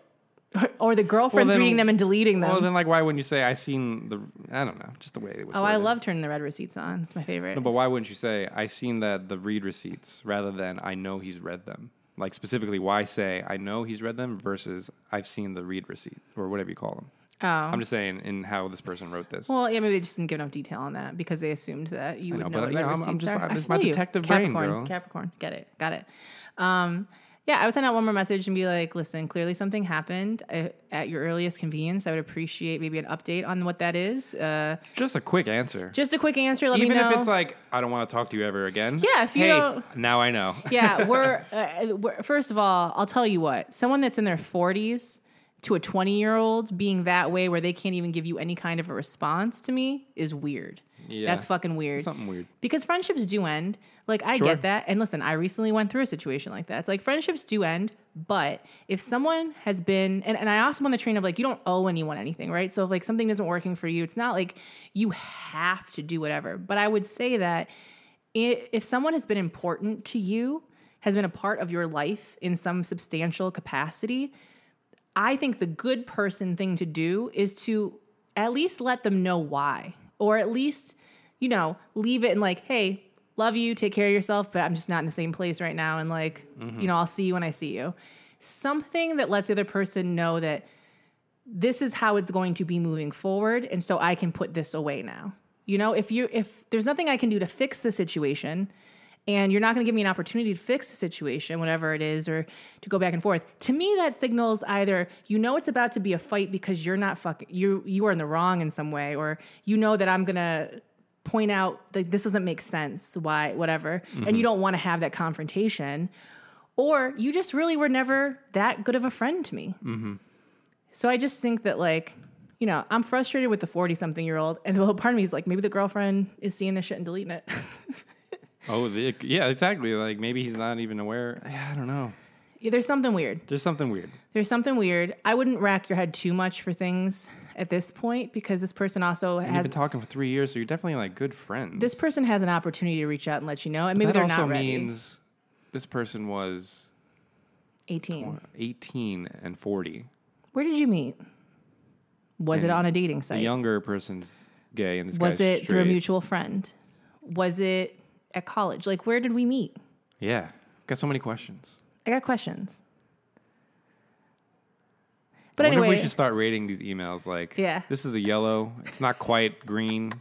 Speaker 1: Or the girlfriend's
Speaker 2: Well, then-
Speaker 1: reading them and deleting them.
Speaker 2: Well, then like, why wouldn't you say I seen the? I don't know, just the way it was.
Speaker 1: oh, I
Speaker 2: worded.
Speaker 1: love turning the red receipts on. It's my favorite.
Speaker 2: No, but why wouldn't you say I seen that the read receipts rather than I know he's read them? Like specifically, why say I know he's read them versus I've seen the read receipt or whatever you call them?
Speaker 1: oh.
Speaker 2: I'm just saying in how this person wrote this.
Speaker 1: well, yeah, maybe they just didn't give enough detail on that because they assumed that you
Speaker 2: I
Speaker 1: would
Speaker 2: know,
Speaker 1: know,
Speaker 2: but,
Speaker 1: what
Speaker 2: you
Speaker 1: red
Speaker 2: know, I'm- I'm
Speaker 1: receipts
Speaker 2: just-
Speaker 1: are.
Speaker 2: I'm-
Speaker 1: I
Speaker 2: it's my
Speaker 1: feel you.
Speaker 2: detective brain,
Speaker 1: Capricorn,
Speaker 2: girl.
Speaker 1: Capricorn, get it, got it. Um, yeah, I would send out one more message and be like, "Listen, clearly something happened I, at your earliest convenience. I would appreciate maybe an update on what that is. Uh,
Speaker 2: Just a quick answer.
Speaker 1: just a quick answer. Let
Speaker 2: Even
Speaker 1: me know.
Speaker 2: if it's like I don't want to talk to you ever again.
Speaker 1: Yeah, if you
Speaker 2: hey,
Speaker 1: don't-
Speaker 2: now I know.
Speaker 1: yeah, we're, uh, we're first of all, I'll tell you what. Someone that's in their 40s to a 20-year-old being that way where they can't even give you any kind of a response to me is weird.
Speaker 2: Yeah.
Speaker 1: That's fucking weird.
Speaker 2: Something weird.
Speaker 1: Because friendships do end. Like I
Speaker 2: Sure.
Speaker 1: get that. And listen, I recently went through a situation like that. It's like friendships do end, but if someone has been and, and I also am on the train of like you don't owe anyone anything, right? So if like something isn't working for you, it's not like you have to do whatever. But I would say that i- if someone has been important to you, has been a part of your life in some substantial capacity, I think the good person thing to do is to at least let them know why, or at least, you know, leave it and like, hey, love you, take care of yourself, but I'm just not in the same place right now. And like, you know, I'll see you when I see you. Something that lets the other person know that this is how it's going to be moving forward and so i can put this away now you know if you if there's nothing i can do to fix the situation and you're not going to give me an opportunity to fix the situation whatever it is or to go back and forth to me that signals either you know it's about to be a fight because you're not fucking you you are in the wrong in some way or you know that i'm going to point out that this doesn't make sense why whatever and you don't want to have that confrontation or you just really were never that good of a friend to me so I just think that like, you know, I'm frustrated with the 40 something year old and the whole part of me is like, maybe the girlfriend is seeing this shit and deleting it.
Speaker 2: Oh, the, yeah, exactly. Like maybe he's not even aware. Yeah, I don't know.
Speaker 1: Yeah, There's something weird.
Speaker 2: There's something weird.
Speaker 1: There's something weird. I wouldn't rack your head too much for things at this point because this person also
Speaker 2: And you've
Speaker 1: has
Speaker 2: been talking for three years, so you're definitely like good friends.
Speaker 1: this person has an opportunity to reach out and let you know, and maybe
Speaker 2: that
Speaker 1: they're
Speaker 2: also
Speaker 1: not ready.
Speaker 2: means this person was
Speaker 1: Eighteen.
Speaker 2: 18 and 40.
Speaker 1: Where did you meet? Was it
Speaker 2: In
Speaker 1: on a dating
Speaker 2: The
Speaker 1: site?
Speaker 2: younger person's gay, and this
Speaker 1: Was
Speaker 2: guy's
Speaker 1: it through a
Speaker 2: straight.
Speaker 1: mutual friend? Was it at college? Like, where did we meet?
Speaker 2: Yeah, got so many questions.
Speaker 1: I got questions. But
Speaker 2: I wonder
Speaker 1: anyway,
Speaker 2: if we should start rating these emails. Like,
Speaker 1: Yeah.
Speaker 2: this is a yellow. It's not quite green.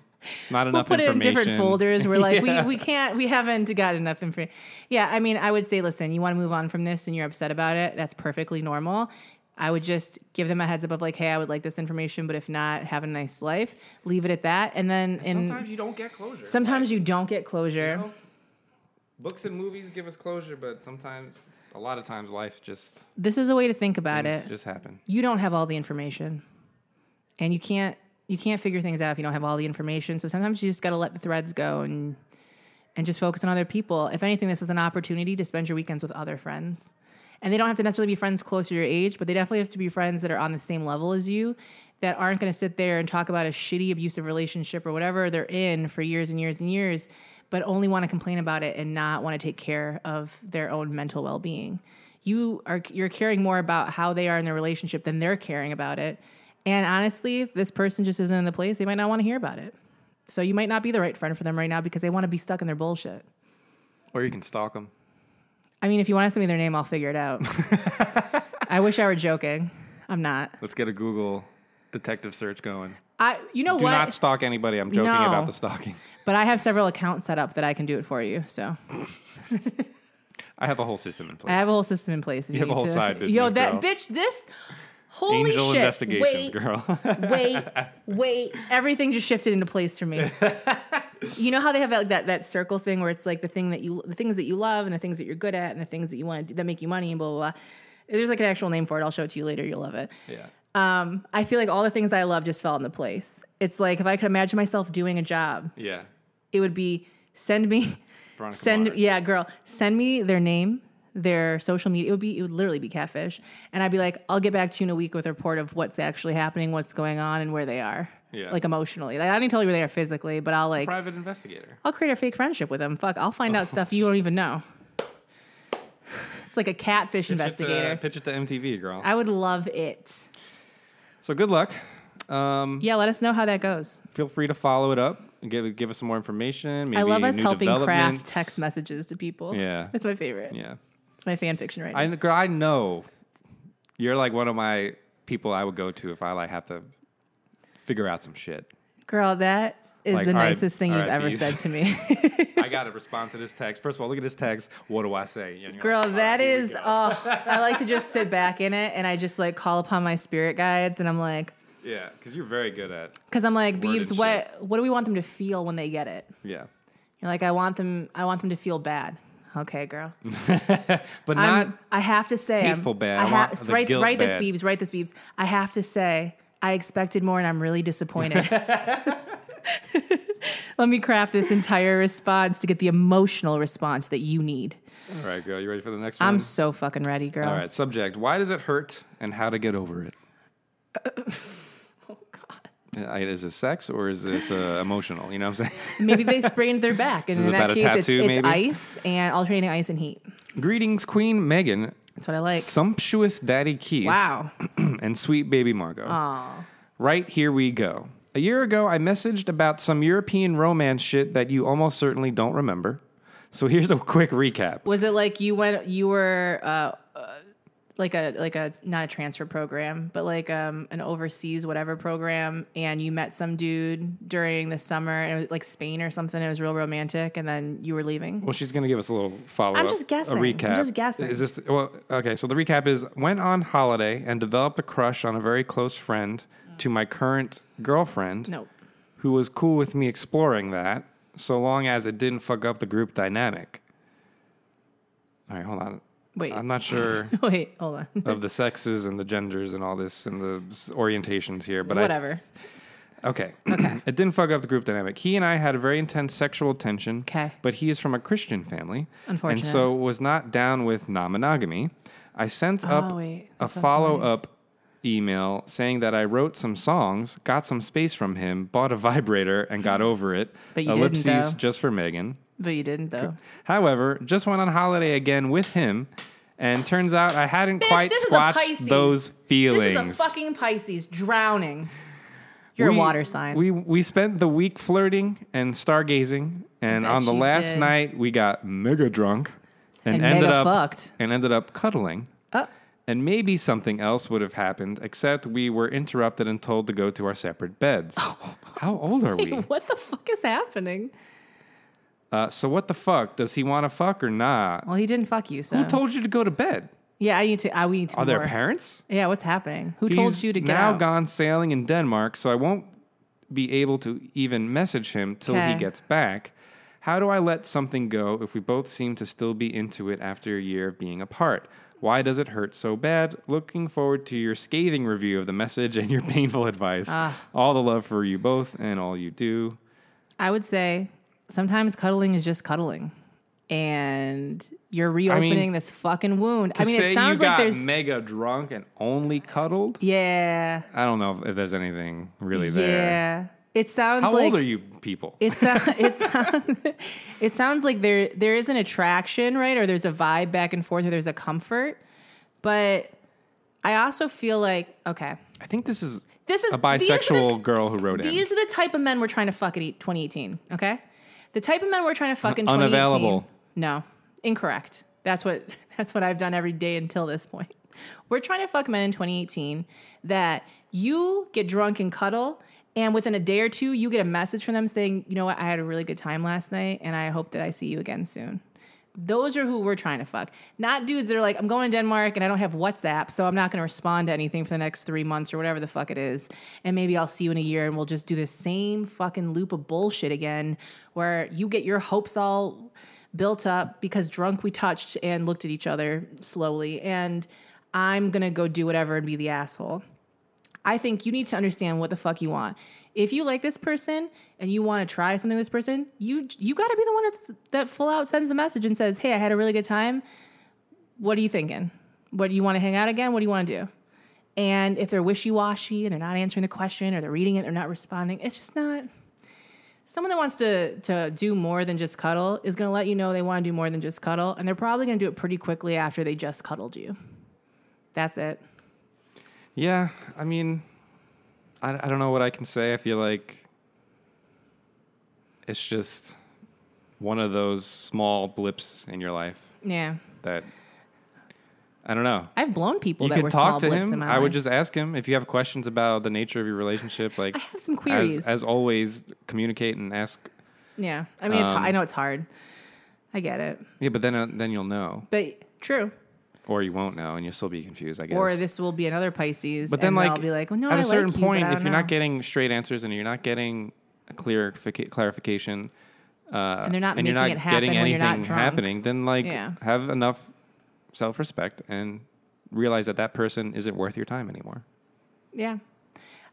Speaker 2: Not
Speaker 1: we'll
Speaker 2: enough
Speaker 1: put it in
Speaker 2: information.
Speaker 1: different folders. We're like, we, we can't, we haven't got enough information. Yeah, I mean, I would say, listen, you want to move on from this and you're upset about it. That's perfectly normal. I would just give them a heads up of like, hey, I would like this information, but if not, have a nice life. Leave it at that. And then in, sometimes,
Speaker 2: you don't get closure.
Speaker 1: you don't get closure.
Speaker 2: books and movies give us closure, but sometimes, a lot of times, life just
Speaker 1: This is a way to think about it.
Speaker 2: just happen.
Speaker 1: you don't have all the information and you can't you can't figure things out if you don't have all the information so sometimes you just got to let the threads go and and just focus on other people if anything this is an opportunity to spend your weekends with other friends and they don't have to necessarily be friends close to your age but they definitely have to be friends that are on the same level as you that aren't going to sit there and talk about a shitty abusive relationship or whatever they're in for years and years and years but only want to complain about it and not want to take care of their own mental well-being you are you're caring more about how they are in their relationship than they're caring about it and honestly if this person just isn't in the place they might not want to hear about it so you might not be the right friend for them right now because they want to be stuck in their bullshit
Speaker 2: Or you can stalk them.
Speaker 1: i mean if you want to send me their name i'll figure it out i wish i were joking i'm not
Speaker 2: Let's get a Google detective search going.
Speaker 1: i you know
Speaker 2: Do
Speaker 1: what
Speaker 2: not stalk anybody. I'm joking
Speaker 1: No.
Speaker 2: about the stalking.
Speaker 1: but i have several accounts set up that i can do it for you so
Speaker 2: I have a whole system in place.
Speaker 1: i have a whole system in place if you,
Speaker 2: have a
Speaker 1: need
Speaker 2: whole
Speaker 1: to.
Speaker 2: side business,
Speaker 1: yo that
Speaker 2: girl.
Speaker 1: bitch this holy
Speaker 2: Angel
Speaker 1: shit
Speaker 2: investigations,
Speaker 1: Wait,
Speaker 2: girl.
Speaker 1: wait, wait. Everything just shifted into place for me. you know how they have like that that circle thing where it's like the thing that you the things that you love and the things that you're good at and the things that you want to do that make you money and blah blah blah. There's like an actual name for it. I'll show it to you later. You'll love it.
Speaker 2: yeah.
Speaker 1: Um, I feel like all the things I love just fell into place. It's like if I could imagine myself doing a job,
Speaker 2: Yeah.
Speaker 1: it would be send me
Speaker 2: Veronica
Speaker 1: send
Speaker 2: Mars.
Speaker 1: yeah girl send me their name their social media it would be it would literally be catfish and i'd be like i'll get back to you in a week with a report of what's actually happening what's going on and where they are
Speaker 2: Yeah.
Speaker 1: like emotionally like, i didn't tell you where they are physically but i'll like
Speaker 2: Private investigator.
Speaker 1: i'll create a fake friendship with them fuck i'll find out stuff you don't even know it's like a catfish investigator
Speaker 2: Pitch it, to, pitch it to MTV, girl.
Speaker 1: i would love it
Speaker 2: so good luck. Um,
Speaker 1: yeah let us know how that goes
Speaker 2: feel free to follow it up and give give us some more information. Maybe
Speaker 1: i love us
Speaker 2: new
Speaker 1: helping craft
Speaker 2: developments.
Speaker 1: text messages to people
Speaker 2: Yeah.
Speaker 1: that's my favorite
Speaker 2: Yeah,
Speaker 1: it's my fan fiction right now
Speaker 2: I girl, I know you're like one of my people I would go to if I like have to figure out some shit.
Speaker 1: Girl, that is
Speaker 2: Like,
Speaker 1: the
Speaker 2: all right,
Speaker 1: nicest thing
Speaker 2: all
Speaker 1: you've
Speaker 2: right,
Speaker 1: ever
Speaker 2: peace.
Speaker 1: said to me.
Speaker 2: I got to respond to this text. First of all, look at this text. What do I say? And you're
Speaker 1: Girl,
Speaker 2: like, all right,
Speaker 1: that
Speaker 2: here we
Speaker 1: is
Speaker 2: go.
Speaker 1: oh, I like to just sit back in it and I just like call upon my spirit guides and I'm like
Speaker 2: yeah, because you're very good at
Speaker 1: cuz I'm like,
Speaker 2: Word
Speaker 1: "Beebs,
Speaker 2: and
Speaker 1: what what do we want them to feel when they get it?"
Speaker 2: yeah,
Speaker 1: You're like, "I want them I want them to feel bad." Okay, girl.
Speaker 2: but not
Speaker 1: I'm, I have to say, I'm-
Speaker 2: hateful bad.
Speaker 1: I
Speaker 2: I
Speaker 1: ha-
Speaker 2: want the
Speaker 1: write,
Speaker 2: guilt
Speaker 1: write this
Speaker 2: bad.
Speaker 1: Beebs, write this Beebs. I have to say, I expected more and I'm really disappointed. Let me craft this entire response to get the emotional response that you need.
Speaker 2: all right, girl. You ready for the next one?
Speaker 1: I'm so fucking ready, girl.
Speaker 2: all right, subject. Why does it hurt and how to get over it?
Speaker 1: Oh, God.
Speaker 2: Uh, Is this sex or is this uh, emotional? You know what I'm saying?
Speaker 1: Maybe they sprained their back, and
Speaker 2: This is
Speaker 1: in that
Speaker 2: about a
Speaker 1: case, it's,
Speaker 2: tattoo,
Speaker 1: it's
Speaker 2: maybe?
Speaker 1: ice and alternating ice and heat.
Speaker 2: Greetings, Queen Megan,
Speaker 1: That's what I like.
Speaker 2: sumptuous Daddy Keith,
Speaker 1: wow.
Speaker 2: and sweet baby Margot.
Speaker 1: Aw.
Speaker 2: Right here we go. A year ago, I messaged about some European romance shit that you almost certainly don't remember. So here's a quick recap.
Speaker 1: Was it like you went? You were uh, uh, like a like a not a transfer program, but like um, an overseas whatever program, and you met some dude during the summer, and it was like Spain or something. It was real romantic, and then you were leaving.
Speaker 2: Well, she's going to give us a little follow up.
Speaker 1: just guessing.
Speaker 2: A
Speaker 1: I'm
Speaker 2: recap.
Speaker 1: just guessing.
Speaker 2: Is this well? Okay, so the recap is: went on holiday and developed a crush on a very close friend to my current girlfriend.
Speaker 1: No.
Speaker 2: who was cool with me exploring that, so long as it didn't fuck up the group dynamic. All right, hold on.
Speaker 1: Wait.
Speaker 2: I'm not sure
Speaker 1: Wait, hold on.
Speaker 2: of the sexes and the genders and all this and the s- orientations here, but I-
Speaker 1: Whatever.
Speaker 2: okay. Okay. it didn't fuck up the group dynamic. He and I had a very intense sexual tension.
Speaker 1: 'Kay.
Speaker 2: But he is from a Christian family.
Speaker 1: Unfortunate. Oh,
Speaker 2: And so was not down with non monogamy. I sent up
Speaker 1: wait,
Speaker 2: a
Speaker 1: that sounds
Speaker 2: follow up email saying that I wrote some songs, got some space from him, bought a vibrator, and got over it.
Speaker 1: But you didn't,
Speaker 2: Ellipses
Speaker 1: though.
Speaker 2: just for Megan.
Speaker 1: But you didn't though.
Speaker 2: However, just went on holiday again with him, and turns out I hadn't
Speaker 1: Bitch,
Speaker 2: quite
Speaker 1: this is a
Speaker 2: squashed
Speaker 1: Pisces.
Speaker 2: those feelings.
Speaker 1: This is a fucking Pisces drowning. You're
Speaker 2: We-
Speaker 1: a water sign.
Speaker 2: We we spent the week flirting and stargazing, and
Speaker 1: bet
Speaker 2: on the
Speaker 1: you
Speaker 2: last
Speaker 1: did.
Speaker 2: night we got mega drunk and,
Speaker 1: And
Speaker 2: ended
Speaker 1: mega
Speaker 2: up
Speaker 1: fucked.
Speaker 2: and ended up cuddling.
Speaker 1: oh,
Speaker 2: And maybe something else would have happened, except we were interrupted and told to go to our separate beds.
Speaker 1: Oh.
Speaker 2: How old are we?
Speaker 1: what the fuck is happening?
Speaker 2: Uh, so what the fuck? Does he want to fuck or not?
Speaker 1: Well, he didn't fuck you, so
Speaker 2: Who told you to go to bed?
Speaker 1: yeah, I need to. I, we need to.
Speaker 2: Are there
Speaker 1: more.
Speaker 2: parents?
Speaker 1: Yeah, what's happening? Who told
Speaker 2: He's
Speaker 1: you to get
Speaker 2: now
Speaker 1: out?
Speaker 2: gone sailing in Denmark, so I won't be able to even message him till he
Speaker 1: Okay.
Speaker 2: gets back. How do I let something go if we both seem to still be into it after a year of being apart? Why does it hurt so bad? Looking forward to your scathing review of the message and your painful advice.
Speaker 1: Ah.
Speaker 2: All the love for you both and all you do.
Speaker 1: I would say sometimes cuddling is just cuddling, and you're reopening this fucking wound. I mean,
Speaker 2: say
Speaker 1: it sounds
Speaker 2: you
Speaker 1: like
Speaker 2: got
Speaker 1: there's
Speaker 2: mega drunk and only cuddled.
Speaker 1: yeah,
Speaker 2: I don't know if, if there's anything really there.
Speaker 1: yeah. It sounds
Speaker 2: How
Speaker 1: like
Speaker 2: old are you people?
Speaker 1: It sounds it sounds it sounds like there there is an attraction, right? Or there's a vibe back and forth, or there's a comfort. But I also feel like okay,
Speaker 2: I think this is
Speaker 1: this is
Speaker 2: a
Speaker 1: these are the-
Speaker 2: bisexual girl who wrote in.
Speaker 1: These are the type of men we're trying to fuck in eight- 2018. Okay, the type of men we're trying to fuck in
Speaker 2: Unavailable.
Speaker 1: 2018. No, incorrect. That's what that's what I've done every day until this point. We're trying to fuck men in 2018 that you get drunk and cuddle, and within a day or two, you get a message from them saying, "You know what? I had a really good time last night, and I hope that I see you again soon." Those are who we're trying to fuck. Not dudes that are like, I'm going to Denmark and I don't have WhatsApp, so I'm not going to respond to anything for the next three months or whatever the fuck it is. And maybe I'll see you in a year and we'll just do the same fucking loop of bullshit again where you get your hopes all built up because drunk we touched and looked at each other slowly. And I'm going to go do whatever and be the asshole. I think you need to understand what the fuck you want. If you like this person and you want to try something with this person, you you got to be the one that's that full out sends a message and says, "Hey, I had a really good time. What are you thinking? What do you want to hang out again? What do you want to do?" And if they're wishy washy and they're not answering the question or they're reading it, they're not responding. It's just not. Someone that wants to to do more than just cuddle is going to let you know they want to do more than just cuddle, and they're probably going to do it pretty quickly after they just cuddled you. That's it.
Speaker 2: yeah, I mean, I, I don't know what I can say. I feel like it's just one of those small blips in your life
Speaker 1: Yeah.
Speaker 2: that I don't know.
Speaker 1: I've blown people
Speaker 2: You
Speaker 1: that
Speaker 2: could
Speaker 1: were
Speaker 2: talk
Speaker 1: small
Speaker 2: to
Speaker 1: blips
Speaker 2: him.
Speaker 1: in my
Speaker 2: I would
Speaker 1: life.
Speaker 2: just ask him if you have questions about the nature of your relationship. Like,
Speaker 1: I have some
Speaker 2: as,
Speaker 1: queries.
Speaker 2: as always, communicate and ask.
Speaker 1: yeah, I mean, it's,
Speaker 2: Um,
Speaker 1: I know it's hard. I get it,
Speaker 2: Yeah, but then uh, then you'll know,
Speaker 1: but true.
Speaker 2: or you won't know, and you'll still be confused. I guess.
Speaker 1: Or this will be another Pisces,
Speaker 2: But then,
Speaker 1: and
Speaker 2: like,
Speaker 1: I'll be like, well, no,
Speaker 2: at
Speaker 1: I
Speaker 2: a certain
Speaker 1: like you, but
Speaker 2: point,
Speaker 1: I
Speaker 2: if
Speaker 1: don't
Speaker 2: you're
Speaker 1: know.
Speaker 2: not getting straight answers and you're not getting a clear fica- clarification, uh, and
Speaker 1: they're not
Speaker 2: you're
Speaker 1: making it happen
Speaker 2: getting
Speaker 1: when you're not
Speaker 2: anything
Speaker 1: drunk.
Speaker 2: happening, then like
Speaker 1: Yeah.
Speaker 2: have enough self respect and realize that that person isn't worth your time anymore.
Speaker 1: yeah,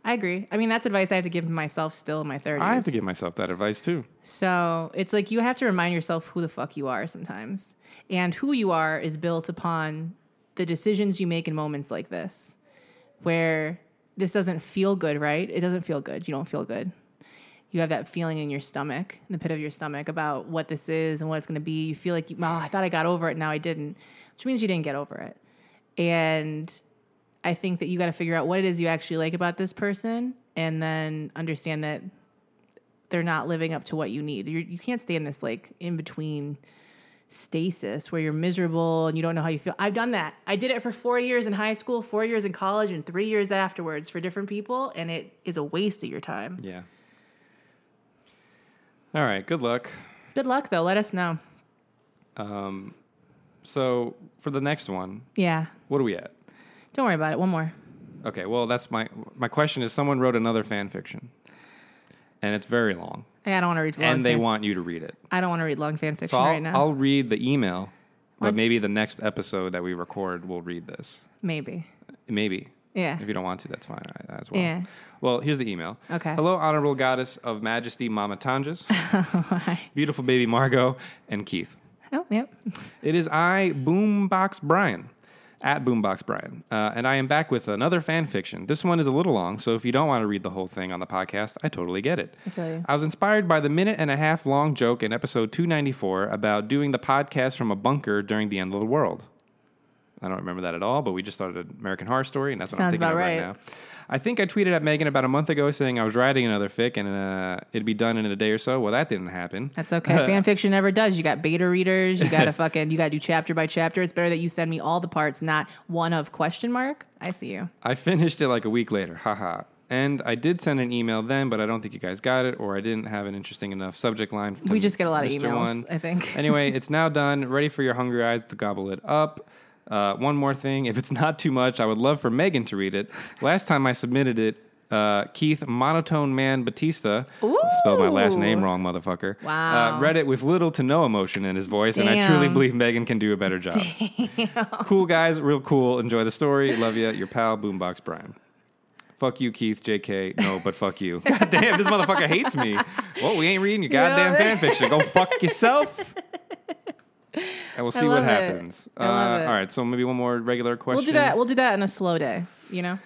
Speaker 1: I agree. I mean, that's advice I have to give myself still in my thirties.
Speaker 2: I have to give myself that advice too.
Speaker 1: So it's like you have to remind yourself who the fuck you are sometimes. And who you are is built upon the decisions you make in moments like this, where this doesn't feel good, right? It doesn't feel good. You don't feel good. You have that feeling in your stomach, in the pit of your stomach, about what this is and what it's going to be. You feel like, you, oh, I thought I got over it. Now I didn't, which means you didn't get over it. And I think that you got to figure out what it is you actually like about this person and then understand that they're not living up to what you need. You're, you can't stay in this like in between stasis where you're miserable and you don't know how you feel. I've done that. I did it for four years in high school, four years in college, and three years afterwards for different people, and it is a waste of your time.
Speaker 2: Yeah. All right. Good luck.
Speaker 1: Good luck though. Let us know.
Speaker 2: So for the next one,
Speaker 1: Yeah.
Speaker 2: what are we at?
Speaker 1: Don't worry about it. One more.
Speaker 2: Okay. Well, that's my my question. Is someone wrote another fan fiction, and it's very long,
Speaker 1: I don't want to read long.
Speaker 2: and they
Speaker 1: fan-
Speaker 2: want you to read it.
Speaker 1: I don't want to read long fan fiction
Speaker 2: So I'll,
Speaker 1: right now.
Speaker 2: I'll read the email, but
Speaker 1: What?
Speaker 2: maybe the next episode that we record, we'll read this.
Speaker 1: Maybe.
Speaker 2: Maybe.
Speaker 1: Yeah.
Speaker 2: If you don't want to, that's fine I- as well.
Speaker 1: Yeah.
Speaker 2: Well, here's the email.
Speaker 1: Okay.
Speaker 2: Hello, Honorable Goddess of Majesty Mama Tanjas,
Speaker 1: Hi.
Speaker 2: beautiful baby Margot, and Keith.
Speaker 1: oh, yep.
Speaker 2: It is I, Boombox Brian. at Boombox Brian. Uh, and I am back with another fan fiction. This one is a little long, so if you don't want to read the whole thing on the podcast, I totally get it. I
Speaker 1: feel you.
Speaker 2: was inspired by the minute and a half long joke in episode 294 about doing the podcast from a bunker during the end of the world. I don't remember that at all, but we just started American Horror Story, and that's what I'm
Speaker 1: Sounds
Speaker 2: thinking
Speaker 1: about
Speaker 2: of right.
Speaker 1: right.
Speaker 2: now. I think I tweeted at Megan about a month ago saying I was writing another fic and uh, it'd be done in a day or so. Well, that didn't happen.
Speaker 1: That's okay. Fan fiction never does. You got beta readers. You got to fucking. You got to do chapter by chapter. It's better that you send me all the parts, not one of question mark. I see you.
Speaker 2: I finished it like a week later. Haha. And I did send an email then, but I don't think you guys got it, or I didn't have an interesting enough subject line. to
Speaker 1: We just get a lot of
Speaker 2: Mr.
Speaker 1: emails.
Speaker 2: One.
Speaker 1: I think.
Speaker 2: anyway, it's now done. Ready for your hungry eyes to gobble it up. Uh, one more thing, if it's not too much, I would love for Megan to read it. Last time I submitted it, uh, Keith Monotone Man Batista spelled my last
Speaker 1: Ooh.
Speaker 2: name wrong, motherfucker.
Speaker 1: Wow.
Speaker 2: Uh, read it with little to no emotion in his voice, and I truly
Speaker 1: Damn.
Speaker 2: believe Megan can do a better job. Cool guys, real cool. Enjoy the story. Love you, your pal Boombox Brian. Fuck you, Keith. JK. No, but fuck you. God damn, this motherfucker hates me. Well, we ain't reading your
Speaker 1: know
Speaker 2: goddamn
Speaker 1: what?
Speaker 2: fan fiction. Go fuck yourself. And we'll see what
Speaker 1: love it.
Speaker 2: happens.
Speaker 1: I love
Speaker 2: uh,
Speaker 1: it.
Speaker 2: All right, so maybe one more regular question.
Speaker 1: We'll do that. We'll do that on a slow day. You know.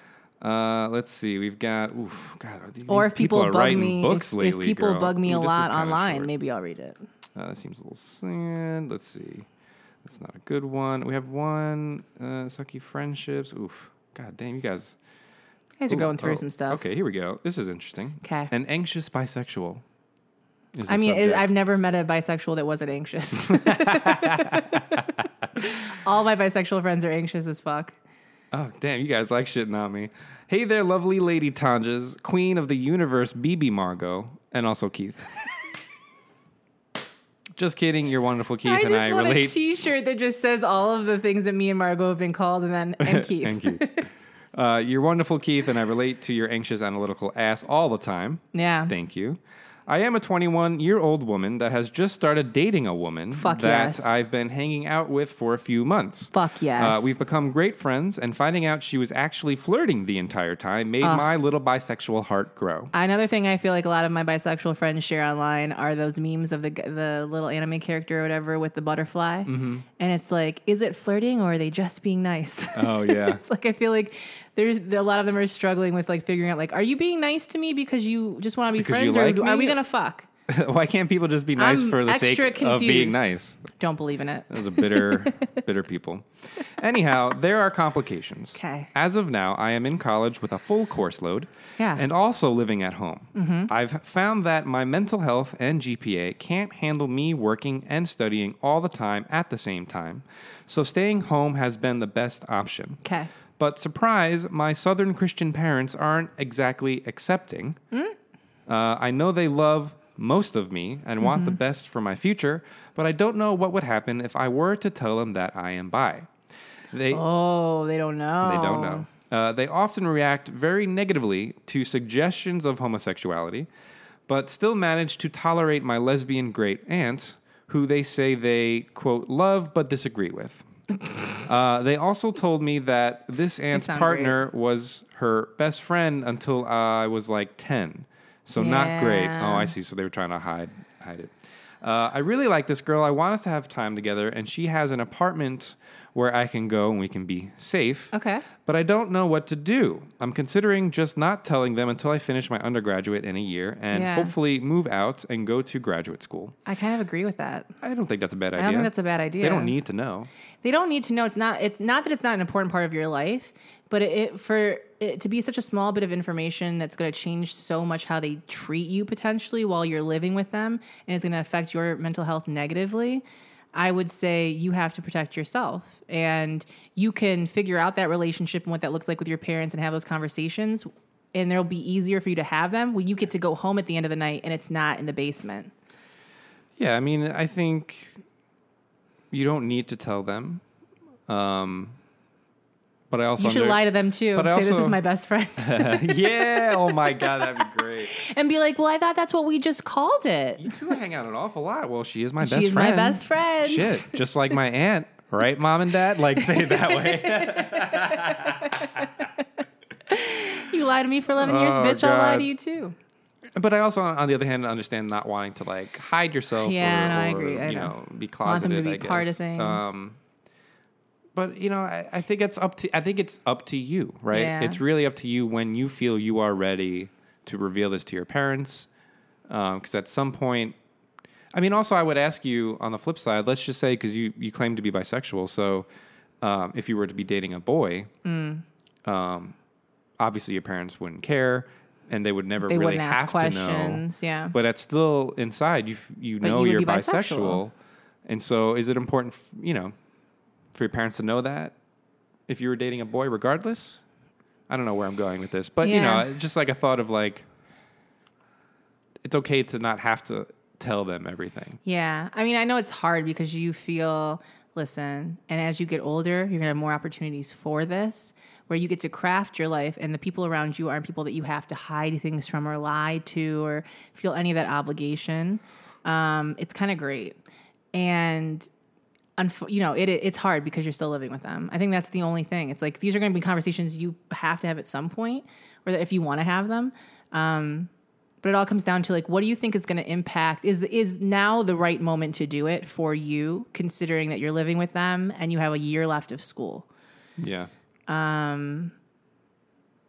Speaker 2: Uh, let's see. We've got. Oof, God, these
Speaker 1: Or if people,
Speaker 2: are
Speaker 1: bug
Speaker 2: writing
Speaker 1: me,
Speaker 2: books
Speaker 1: if,
Speaker 2: lately.
Speaker 1: if people
Speaker 2: girl.
Speaker 1: bug me
Speaker 2: Ooh,
Speaker 1: a
Speaker 2: this is
Speaker 1: lot
Speaker 2: kinda
Speaker 1: online,
Speaker 2: short.
Speaker 1: maybe I'll read it.
Speaker 2: Uh, that seems a little sad. Let's see. That's not a good one. We have one. Uh, sucky friendships. Oof. God damn, you guys.
Speaker 1: You guys are
Speaker 2: Ooh,
Speaker 1: going through
Speaker 2: oh,
Speaker 1: some stuff.
Speaker 2: Okay, here we go. This is interesting.
Speaker 1: 'Kay.
Speaker 2: An anxious bisexual. is
Speaker 1: I
Speaker 2: the
Speaker 1: mean, it,
Speaker 2: subject.
Speaker 1: I've never met a bisexual that wasn't anxious. All my bisexual friends are anxious as fuck.
Speaker 2: Oh, damn, you guys like shitting on me. Hey there, lovely lady Tanjas, queen of the universe, BB Margot, and also Keith. just kidding, you're wonderful, Keith,
Speaker 1: I
Speaker 2: and
Speaker 1: just
Speaker 2: I
Speaker 1: want a
Speaker 2: relate.
Speaker 1: T-shirt that just says all of the things that me and Margot have been called, and then and Keith.
Speaker 2: and Keith. Uh, you're wonderful, Keith, and I relate to your anxious analytical ass all the time.
Speaker 1: Yeah.
Speaker 2: Thank you. I am a 21 year old woman that has just started dating a woman
Speaker 1: Fuck
Speaker 2: that
Speaker 1: yes.
Speaker 2: I've been hanging out with for a few months.
Speaker 1: Fuck yes.
Speaker 2: Uh, we've become great friends, and finding out she was actually flirting the entire time made my little bisexual heart grow.
Speaker 1: Another thing I feel like a lot of my bisexual friends share online are those memes of the g- the little anime character or whatever with the butterfly,
Speaker 2: Mm-hmm.
Speaker 1: and it's like, is it flirting or are they just being nice?
Speaker 2: Oh, yeah.
Speaker 1: it's like I feel like there's a lot of them are struggling with like figuring out like, are you being nice to me because you just want to be
Speaker 2: Because you
Speaker 1: friends,
Speaker 2: like
Speaker 1: or are we
Speaker 2: me?
Speaker 1: gonna fuck?
Speaker 2: Why can't people just be nice
Speaker 1: I'm
Speaker 2: for the sake
Speaker 1: extra
Speaker 2: of being
Speaker 1: confused.
Speaker 2: nice?
Speaker 1: Don't believe in it.
Speaker 2: Those are bitter, bitter people. Anyhow, there are complications.
Speaker 1: 'Kay.
Speaker 2: As of now, I am in college with a full course load
Speaker 1: Yeah.
Speaker 2: and also living at home. I've found that my mental health and GPA can't handle me working and studying all the time at the same time, so staying home has been the best option.
Speaker 1: Okay.
Speaker 2: But surprise, my Southern Christian parents aren't exactly accepting. Uh, I know they love most of me and want the best for my future, but I don't know what would happen if I were to tell them that I am bi. They
Speaker 1: Oh, they don't know.
Speaker 2: they don't know. Uh, they often react very negatively to suggestions of homosexuality, but still manage to tolerate my lesbian great aunt, who they say they, quote, love but disagree with. uh, they also told me that this aunt's
Speaker 1: sound
Speaker 2: partner was her best friend until I was like 10. So not great.
Speaker 1: Yeah.
Speaker 2: Oh, I see. So they were trying to hide, hide it. Uh, I really like this girl. I want us to have time together, and she has an apartment where I can go and we can be safe
Speaker 1: Okay.
Speaker 2: but I don't know what to do. I'm considering just not telling them until I finish my undergraduate in a year and
Speaker 1: Yeah.
Speaker 2: hopefully move out and go to graduate school.
Speaker 1: I kind of agree with that.
Speaker 2: I don't think that's a bad idea.
Speaker 1: I don't think that's a bad idea.
Speaker 2: They don't need to know.
Speaker 1: they don't need to know it's not it's not that it's not an important part of your life but it, it for it to be such a small bit of information that's going to change so much how they treat you potentially while you're living with them and it's going to affect your mental health negatively i would say you have to protect yourself and you can figure out that relationship and what that looks like with your parents and have those conversations and there'll be easier for you to have them when you get to go home at the end of the night and it's not in the basement
Speaker 2: Yeah, I mean, I think you don't need to tell them. Um, but I also
Speaker 1: you should
Speaker 2: under-
Speaker 1: lie to them too
Speaker 2: But
Speaker 1: say
Speaker 2: I
Speaker 1: this
Speaker 2: also-
Speaker 1: is my best friend
Speaker 2: yeah. Oh my god, that'd be great.
Speaker 1: and be like, "Well, I thought that's what we just called it."
Speaker 2: You two hang out an awful lot. Well, she is my best
Speaker 1: She's my
Speaker 2: friend.
Speaker 1: best friend.
Speaker 2: Shit, just like my aunt, right, mom and dad? Like say it that way.
Speaker 1: You lied to me for eleven years,
Speaker 2: Oh,
Speaker 1: bitch. I'll lie
Speaker 2: God.
Speaker 1: to you too.
Speaker 2: But I also, on the other hand, understand not wanting to like hide yourself.
Speaker 1: Yeah,
Speaker 2: or,
Speaker 1: no, I
Speaker 2: or,
Speaker 1: agree. I
Speaker 2: you
Speaker 1: know.
Speaker 2: know, be
Speaker 1: Want them
Speaker 2: closeted.
Speaker 1: to be
Speaker 2: I guess.
Speaker 1: part of things.
Speaker 2: but you know, I, I think it's up to I think it's up to you, right?
Speaker 1: Yeah.
Speaker 2: It's really up to you when you feel you are ready to reveal this to your parents, because at some point, I mean, also I would ask you on the flip side. Let's just say because you you claim to be bisexual, so um, if you were to be dating a boy,
Speaker 1: Mm.
Speaker 2: um, obviously your parents wouldn't care, and they would never
Speaker 1: They
Speaker 2: really
Speaker 1: wouldn't ask
Speaker 2: have to know
Speaker 1: questions. Yeah.
Speaker 2: but that's still inside you f- you
Speaker 1: But
Speaker 2: know
Speaker 1: you would
Speaker 2: you are
Speaker 1: be
Speaker 2: bisexual.
Speaker 1: bisexual.
Speaker 2: and so is it important f- you know for your parents to know that if you were dating a boy regardless i don't know where i'm going with this but
Speaker 1: Yeah.
Speaker 2: you know just like a thought of like it's okay to not have to tell them everything
Speaker 1: Yeah. I mean, I know it's hard because you feel, listen, and as you get older, you're going to have more opportunities for this where you get to craft your life and the people around you aren't people that you have to hide things from or lie to or feel any of that obligation. Um, it's kind of great. And unf- you know, it, it- it's hard because you're still living with them. I think that's the only thing. It's like these are going to be conversations you have to have at some point, or that if you want to have them. Um, but it all comes down to like, what do you think is going to impact? Is is now the right moment to do it for you, considering that you're living with them and you have a year left of school?
Speaker 2: yeah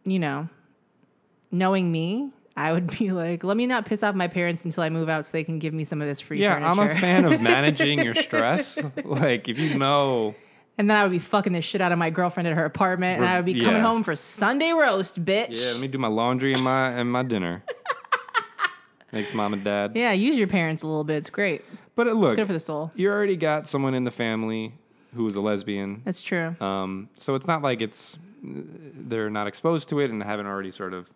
Speaker 1: You know, knowing me, I would be like, let me not piss off my parents until I move out, so they can give me some of this free
Speaker 2: yeah
Speaker 1: furniture.
Speaker 2: i'm a fan of managing your stress like if you know
Speaker 1: And then I would be fucking the shit out of my girlfriend at her apartment, and I would be coming
Speaker 2: Yeah.
Speaker 1: home for Sunday roast, bitch.
Speaker 2: yeah let me do my laundry and my and my dinner thanks mom and dad
Speaker 1: Yeah, use your parents a little bit. It's great.
Speaker 2: but uh, look
Speaker 1: Good for the soul.
Speaker 2: you already got someone in the family who is a lesbian.
Speaker 1: That's true.
Speaker 2: Um, so it's not like it's they're not exposed to it and haven't already sort of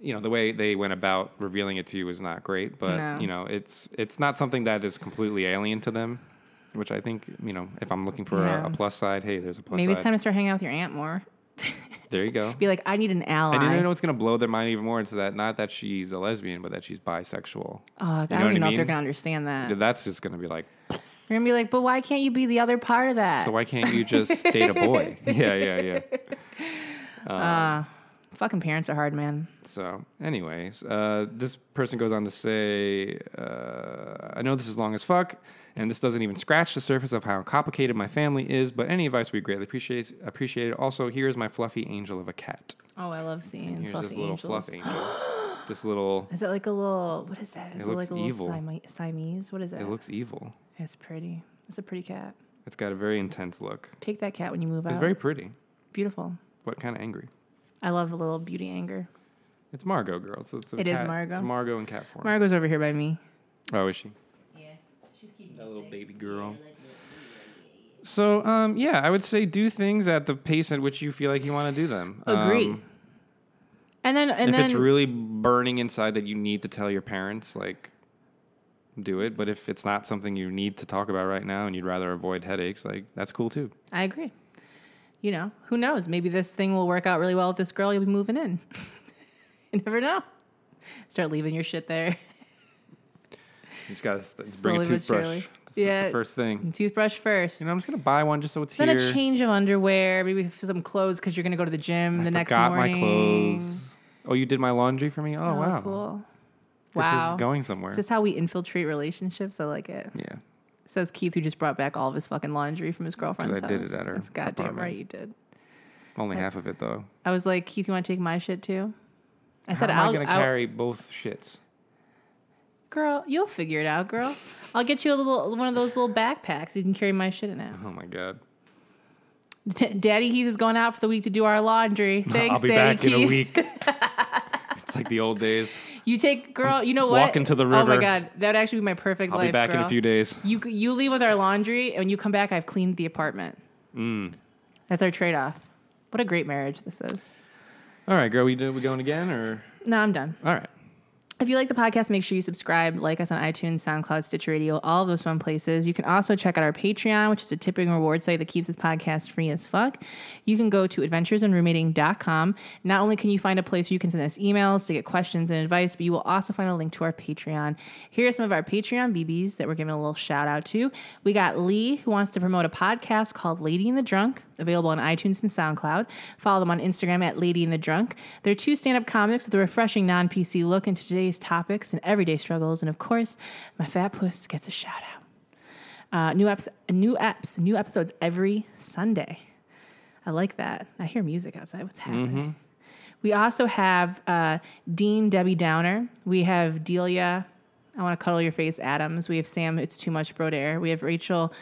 Speaker 2: you know the way they went about revealing it to you is not great, but
Speaker 1: No.
Speaker 2: you know it's it's not something that is completely alien to them, which I think you know if I'm looking for
Speaker 1: Yeah.
Speaker 2: a, a plus side, hey, there's a plus
Speaker 1: Maybe it's
Speaker 2: side.
Speaker 1: time to start hanging out with your aunt more.
Speaker 2: there you go.
Speaker 1: Be like, I need an ally.
Speaker 2: And you know what's going to blow their mind even more? It's that not that she's a lesbian, but that she's bisexual.
Speaker 1: oh, God,
Speaker 2: know
Speaker 1: I
Speaker 2: what
Speaker 1: don't even
Speaker 2: I
Speaker 1: know if they're
Speaker 2: mean?
Speaker 1: gonna understand that.
Speaker 2: Yeah, That's just going to be like,
Speaker 1: They're gonna be like, but why can't you be the other part of that?
Speaker 2: so why can't you just date a boy? Yeah, yeah, yeah.
Speaker 1: Fucking parents are hard, man.
Speaker 2: So, anyways, uh, this person goes on to say, uh, I know this is long as fuck, and this doesn't even scratch the surface of how complicated my family is, but any advice we greatly appreciate. appreciate it. Also, here's my fluffy angel of a cat.
Speaker 1: Oh, I love seeing
Speaker 2: Here's
Speaker 1: fluffy
Speaker 2: this little
Speaker 1: angels.
Speaker 2: fluff angel. this little,
Speaker 1: Is it like a little? What is that? Is
Speaker 2: It
Speaker 1: it,
Speaker 2: looks
Speaker 1: like a little
Speaker 2: evil.
Speaker 1: Siam- Siamese? What is that?
Speaker 2: it looks evil.
Speaker 1: It's pretty. It's a pretty cat.
Speaker 2: It's got a very intense look.
Speaker 1: Take that cat when you move out.
Speaker 2: It's very pretty,
Speaker 1: beautiful.
Speaker 2: but kind of angry.
Speaker 1: I love a little beauty anger.
Speaker 2: It's Margot, girl. So it's a
Speaker 1: It is
Speaker 2: cat-
Speaker 1: Margot.
Speaker 2: It's Margot in cat form.
Speaker 1: Margo's over here by me.
Speaker 2: oh, is she?
Speaker 1: Yeah, she's keeping.
Speaker 2: That little baby girl. So, um, yeah, I would say do things at the pace at which you feel like you want to do them.
Speaker 1: Agree.
Speaker 2: Um,
Speaker 1: Oh, and then, and
Speaker 2: if
Speaker 1: then,
Speaker 2: it's really burning inside that you need to tell your parents, like, do it. But if it's not something you need to talk about right now and you'd rather avoid headaches, like, that's cool too.
Speaker 1: I agree. You know, who knows? Maybe this thing will work out really well with this girl. You'll be moving in. you never know. Start leaving your shit there.
Speaker 2: You just got to bring a
Speaker 1: Slowly but
Speaker 2: toothbrush.
Speaker 1: surely.
Speaker 2: That's, that's
Speaker 1: Yeah.
Speaker 2: the first thing.
Speaker 1: Toothbrush first.
Speaker 2: You know, I'm just going to buy one just so it's
Speaker 1: then
Speaker 2: here.
Speaker 1: a change of underwear, maybe some clothes because you're going to go to the gym the
Speaker 2: I
Speaker 1: next
Speaker 2: forgot
Speaker 1: morning.
Speaker 2: my clothes. Oh, you did my laundry for me? Oh,
Speaker 1: Oh,
Speaker 2: wow.
Speaker 1: cool.
Speaker 2: This
Speaker 1: Wow.
Speaker 2: is going somewhere.
Speaker 1: Is this how we infiltrate relationships? I like it.
Speaker 2: yeah.
Speaker 1: Says Keith, who just brought back all of his fucking laundry from his girlfriend's
Speaker 2: I did
Speaker 1: house.
Speaker 2: it at her
Speaker 1: That's goddamn
Speaker 2: apartment.
Speaker 1: right you did.
Speaker 2: Only half of it, though.
Speaker 1: I was like, Keith, you want to take my shit too? I said,
Speaker 2: How am
Speaker 1: I'll,
Speaker 2: I going to
Speaker 1: I'll-
Speaker 2: carry both shits?
Speaker 1: girl, you'll figure it out, girl. I'll get you a little one of those little backpacks. You can carry my shit in it.
Speaker 2: Oh, my God.
Speaker 1: D- Daddy Keith is going out for the week to do our laundry. Thanks,
Speaker 2: I'll be
Speaker 1: Daddy
Speaker 2: back
Speaker 1: Keith.
Speaker 2: in a week. it's like the old days.
Speaker 1: You take girl. You know what?
Speaker 2: Walking to the
Speaker 1: Oh my
Speaker 2: river.
Speaker 1: god, that would actually be my perfect
Speaker 2: I'll
Speaker 1: life.
Speaker 2: be back in
Speaker 1: girl.
Speaker 2: a few days.
Speaker 1: You you leave with our laundry, and when you come back, I've cleaned the apartment.
Speaker 2: Mm.
Speaker 1: That's our trade off. What a great marriage this is.
Speaker 2: All right, girl, we do, we going again or
Speaker 1: No, I'm done.
Speaker 2: all right?
Speaker 1: If you like the podcast, make sure you subscribe, like us on iTunes, SoundCloud, Stitcher Radio, all of those fun places. You can also check out our Patreon, which is a tipping reward site that keeps this podcast free as fuck. You can go to adventuresinroommating.com. Not only can you find a place where you can send us emails to get questions and advice, but you will also find a link to our Patreon. Here are some of our Patreon BBs that we're giving a little shout out to. We got Lee, who wants to promote a podcast called Lady in the Drunk, available on iTunes and SoundCloud. Follow them on Instagram at Lady in the Drunk. They're two stand up comics with a refreshing non PC look into today's topics and everyday struggles. And of course, my fat puss gets a shout out. Uh, new apps, new apps, new episodes every Sunday. I like that. I hear music outside. What's happening? We also have uh, Dean Debbie Downer. We have Delia. I want to cuddle your face, Adams. We have Sam. It's too much, Broder. We have Rachel.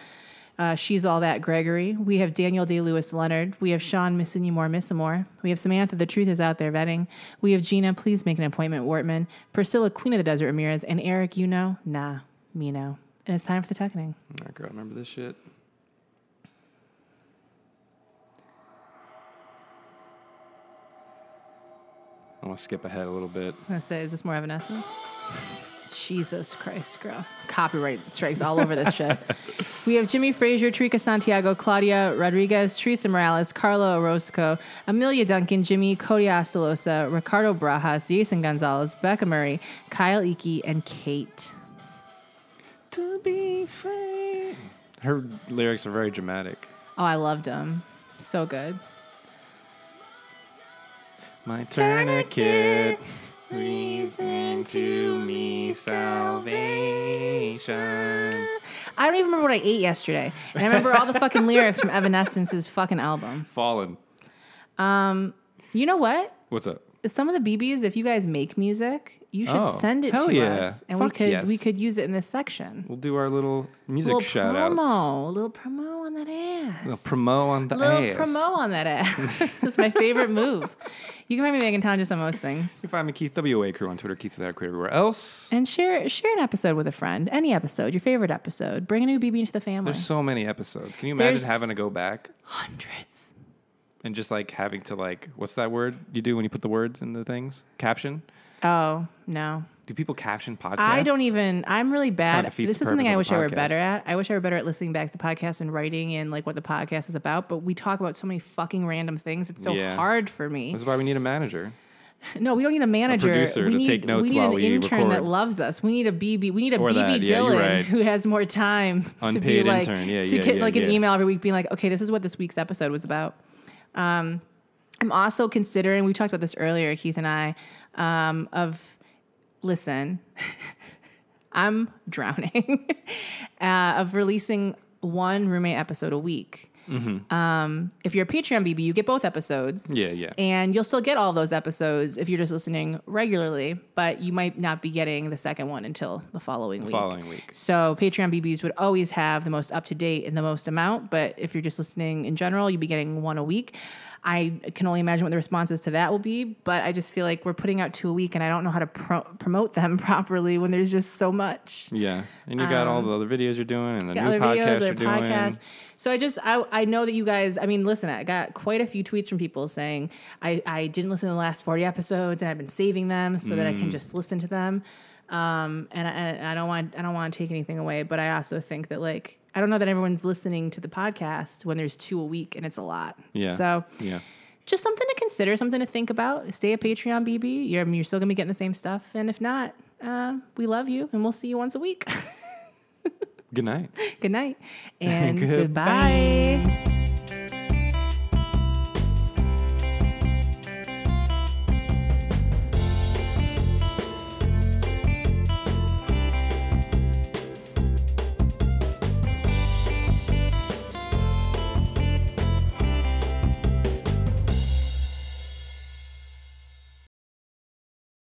Speaker 1: Uh, She's all that, Gregory. We have Daniel Day Lewis Leonard. We have Sean Missing You More, Miss You More. We have Samantha. The truth is out there vetting. We have Gina. Please make an appointment, Wortman. Priscilla, Queen of the Desert, Ramirez, and Eric. You know, nah, me know. And it's time for the tuckening.
Speaker 2: I gotta remember this shit. I want to skip ahead a little bit.
Speaker 1: I was gonna say, is this more Evanescence? Jesus Christ, girl. Copyright strikes all over this shit. We have Jimmy Frazier, Trika Santiago, Claudia Rodriguez, Teresa Morales, Carla Orozco, Amelia Duncan, Jimmy, Cody Astolosa, Ricardo Barajas, Jason Gonzalez, Becca Murray, Kyle Icky, and Kate.
Speaker 2: To be free. Her lyrics are very dramatic.
Speaker 1: Oh, I loved them. So good.
Speaker 2: My tourniquet, reason to me salvation.
Speaker 1: I don't even remember what I ate yesterday. And I remember all the fucking lyrics from Evanescence's fucking album.
Speaker 2: Fallen.
Speaker 1: You know what?
Speaker 2: What's up?
Speaker 1: some of the BBs, if you guys make music, you should
Speaker 2: Oh,
Speaker 1: send it
Speaker 2: hell
Speaker 1: to
Speaker 2: yeah.
Speaker 1: us, and we
Speaker 2: Fuck
Speaker 1: could
Speaker 2: yes.
Speaker 1: we could use it in this section.
Speaker 2: We'll do our little music
Speaker 1: little
Speaker 2: shout outs.
Speaker 1: promo, little promo on that ass,
Speaker 2: Little promo on the
Speaker 1: little
Speaker 2: ass.
Speaker 1: promo on that ass. That's my favorite move. You can find me Megan Tonjes on most things,
Speaker 2: You can find me Keith WA Crew on Twitter, Keith Without Crew everywhere else.
Speaker 1: and share share an episode with a friend, any episode, your favorite episode. Bring a new BB into the family.
Speaker 2: There's so many episodes. Can you imagine
Speaker 1: There's-
Speaker 2: having to go back
Speaker 1: Hundreds.
Speaker 2: and just like having to like what's that word you do when you put the words in the things? Caption?
Speaker 1: Oh no.
Speaker 2: Do people caption podcasts?
Speaker 1: I don't even. I'm really
Speaker 2: Kinda
Speaker 1: bad.
Speaker 2: defeats
Speaker 1: This
Speaker 2: the
Speaker 1: is something
Speaker 2: purpose
Speaker 1: I
Speaker 2: of
Speaker 1: wish
Speaker 2: the
Speaker 1: I were
Speaker 2: podcast.
Speaker 1: better at. I wish I were better at listening back to the podcast and writing and like what the podcast is about. But we talk about so many fucking random things. It's so
Speaker 2: Yeah.
Speaker 1: hard for me.
Speaker 2: That's why we need a manager.
Speaker 1: No, we don't need a manager.
Speaker 2: producer
Speaker 1: we
Speaker 2: to
Speaker 1: need,
Speaker 2: take notes
Speaker 1: we need
Speaker 2: while
Speaker 1: an
Speaker 2: we
Speaker 1: intern that
Speaker 2: record.
Speaker 1: loves us. We need a BB. We need a
Speaker 2: Or
Speaker 1: BB
Speaker 2: that, yeah, you're
Speaker 1: Dylan
Speaker 2: right.
Speaker 1: who has more time to be
Speaker 2: Unpaid
Speaker 1: like
Speaker 2: intern, yeah,
Speaker 1: to
Speaker 2: yeah,
Speaker 1: get
Speaker 2: yeah,
Speaker 1: like an
Speaker 2: yeah.
Speaker 1: email every week being like, okay, this is what this week's episode was about. Um, I'm also considering. We talked about this earlier, Keith and I. Um, of listen, I'm drowning. uh, of releasing one roommate episode a week.
Speaker 2: Mm-hmm.
Speaker 1: Um, if you're a Patreon BB, you get both episodes.
Speaker 2: Yeah, yeah.
Speaker 1: And you'll still get all those episodes if you're just listening regularly, but you might not be getting the second one until the following week.
Speaker 2: Following week.
Speaker 1: So Patreon BBs would always have the most up to date and the most amount, but if you're just listening in general, you'd be getting one a week. I can only imagine what the responses to that will be, but I just feel like we're putting out two a week and I don't know how to pro- promote them properly when there's just so much.
Speaker 2: Yeah. And you got all the other videos you're doing and the
Speaker 1: Um, Got
Speaker 2: new
Speaker 1: other videos,
Speaker 2: podcast
Speaker 1: other
Speaker 2: you're doing.
Speaker 1: podcasts. So I just I, I know that you guys. I mean, listen, I got quite a few tweets from people saying I I didn't listen to the last forty episodes, and I've been saving them so that I
Speaker 2: Mm.
Speaker 1: can just listen to them. Um, and I, and I don't want I don't want to take anything away, but I also think that like I don't know that everyone's listening to the podcast when there's two a week, and it's a lot.
Speaker 2: Yeah.
Speaker 1: So
Speaker 2: Yeah.
Speaker 1: just something to consider, something to think about. Stay a Patreon BB. You're I mean, you're still gonna be getting the same stuff, and if not, uh, we love you, and we'll see you once a week.
Speaker 2: Good night.
Speaker 1: Good night and
Speaker 2: Goodbye.
Speaker 1: goodbye.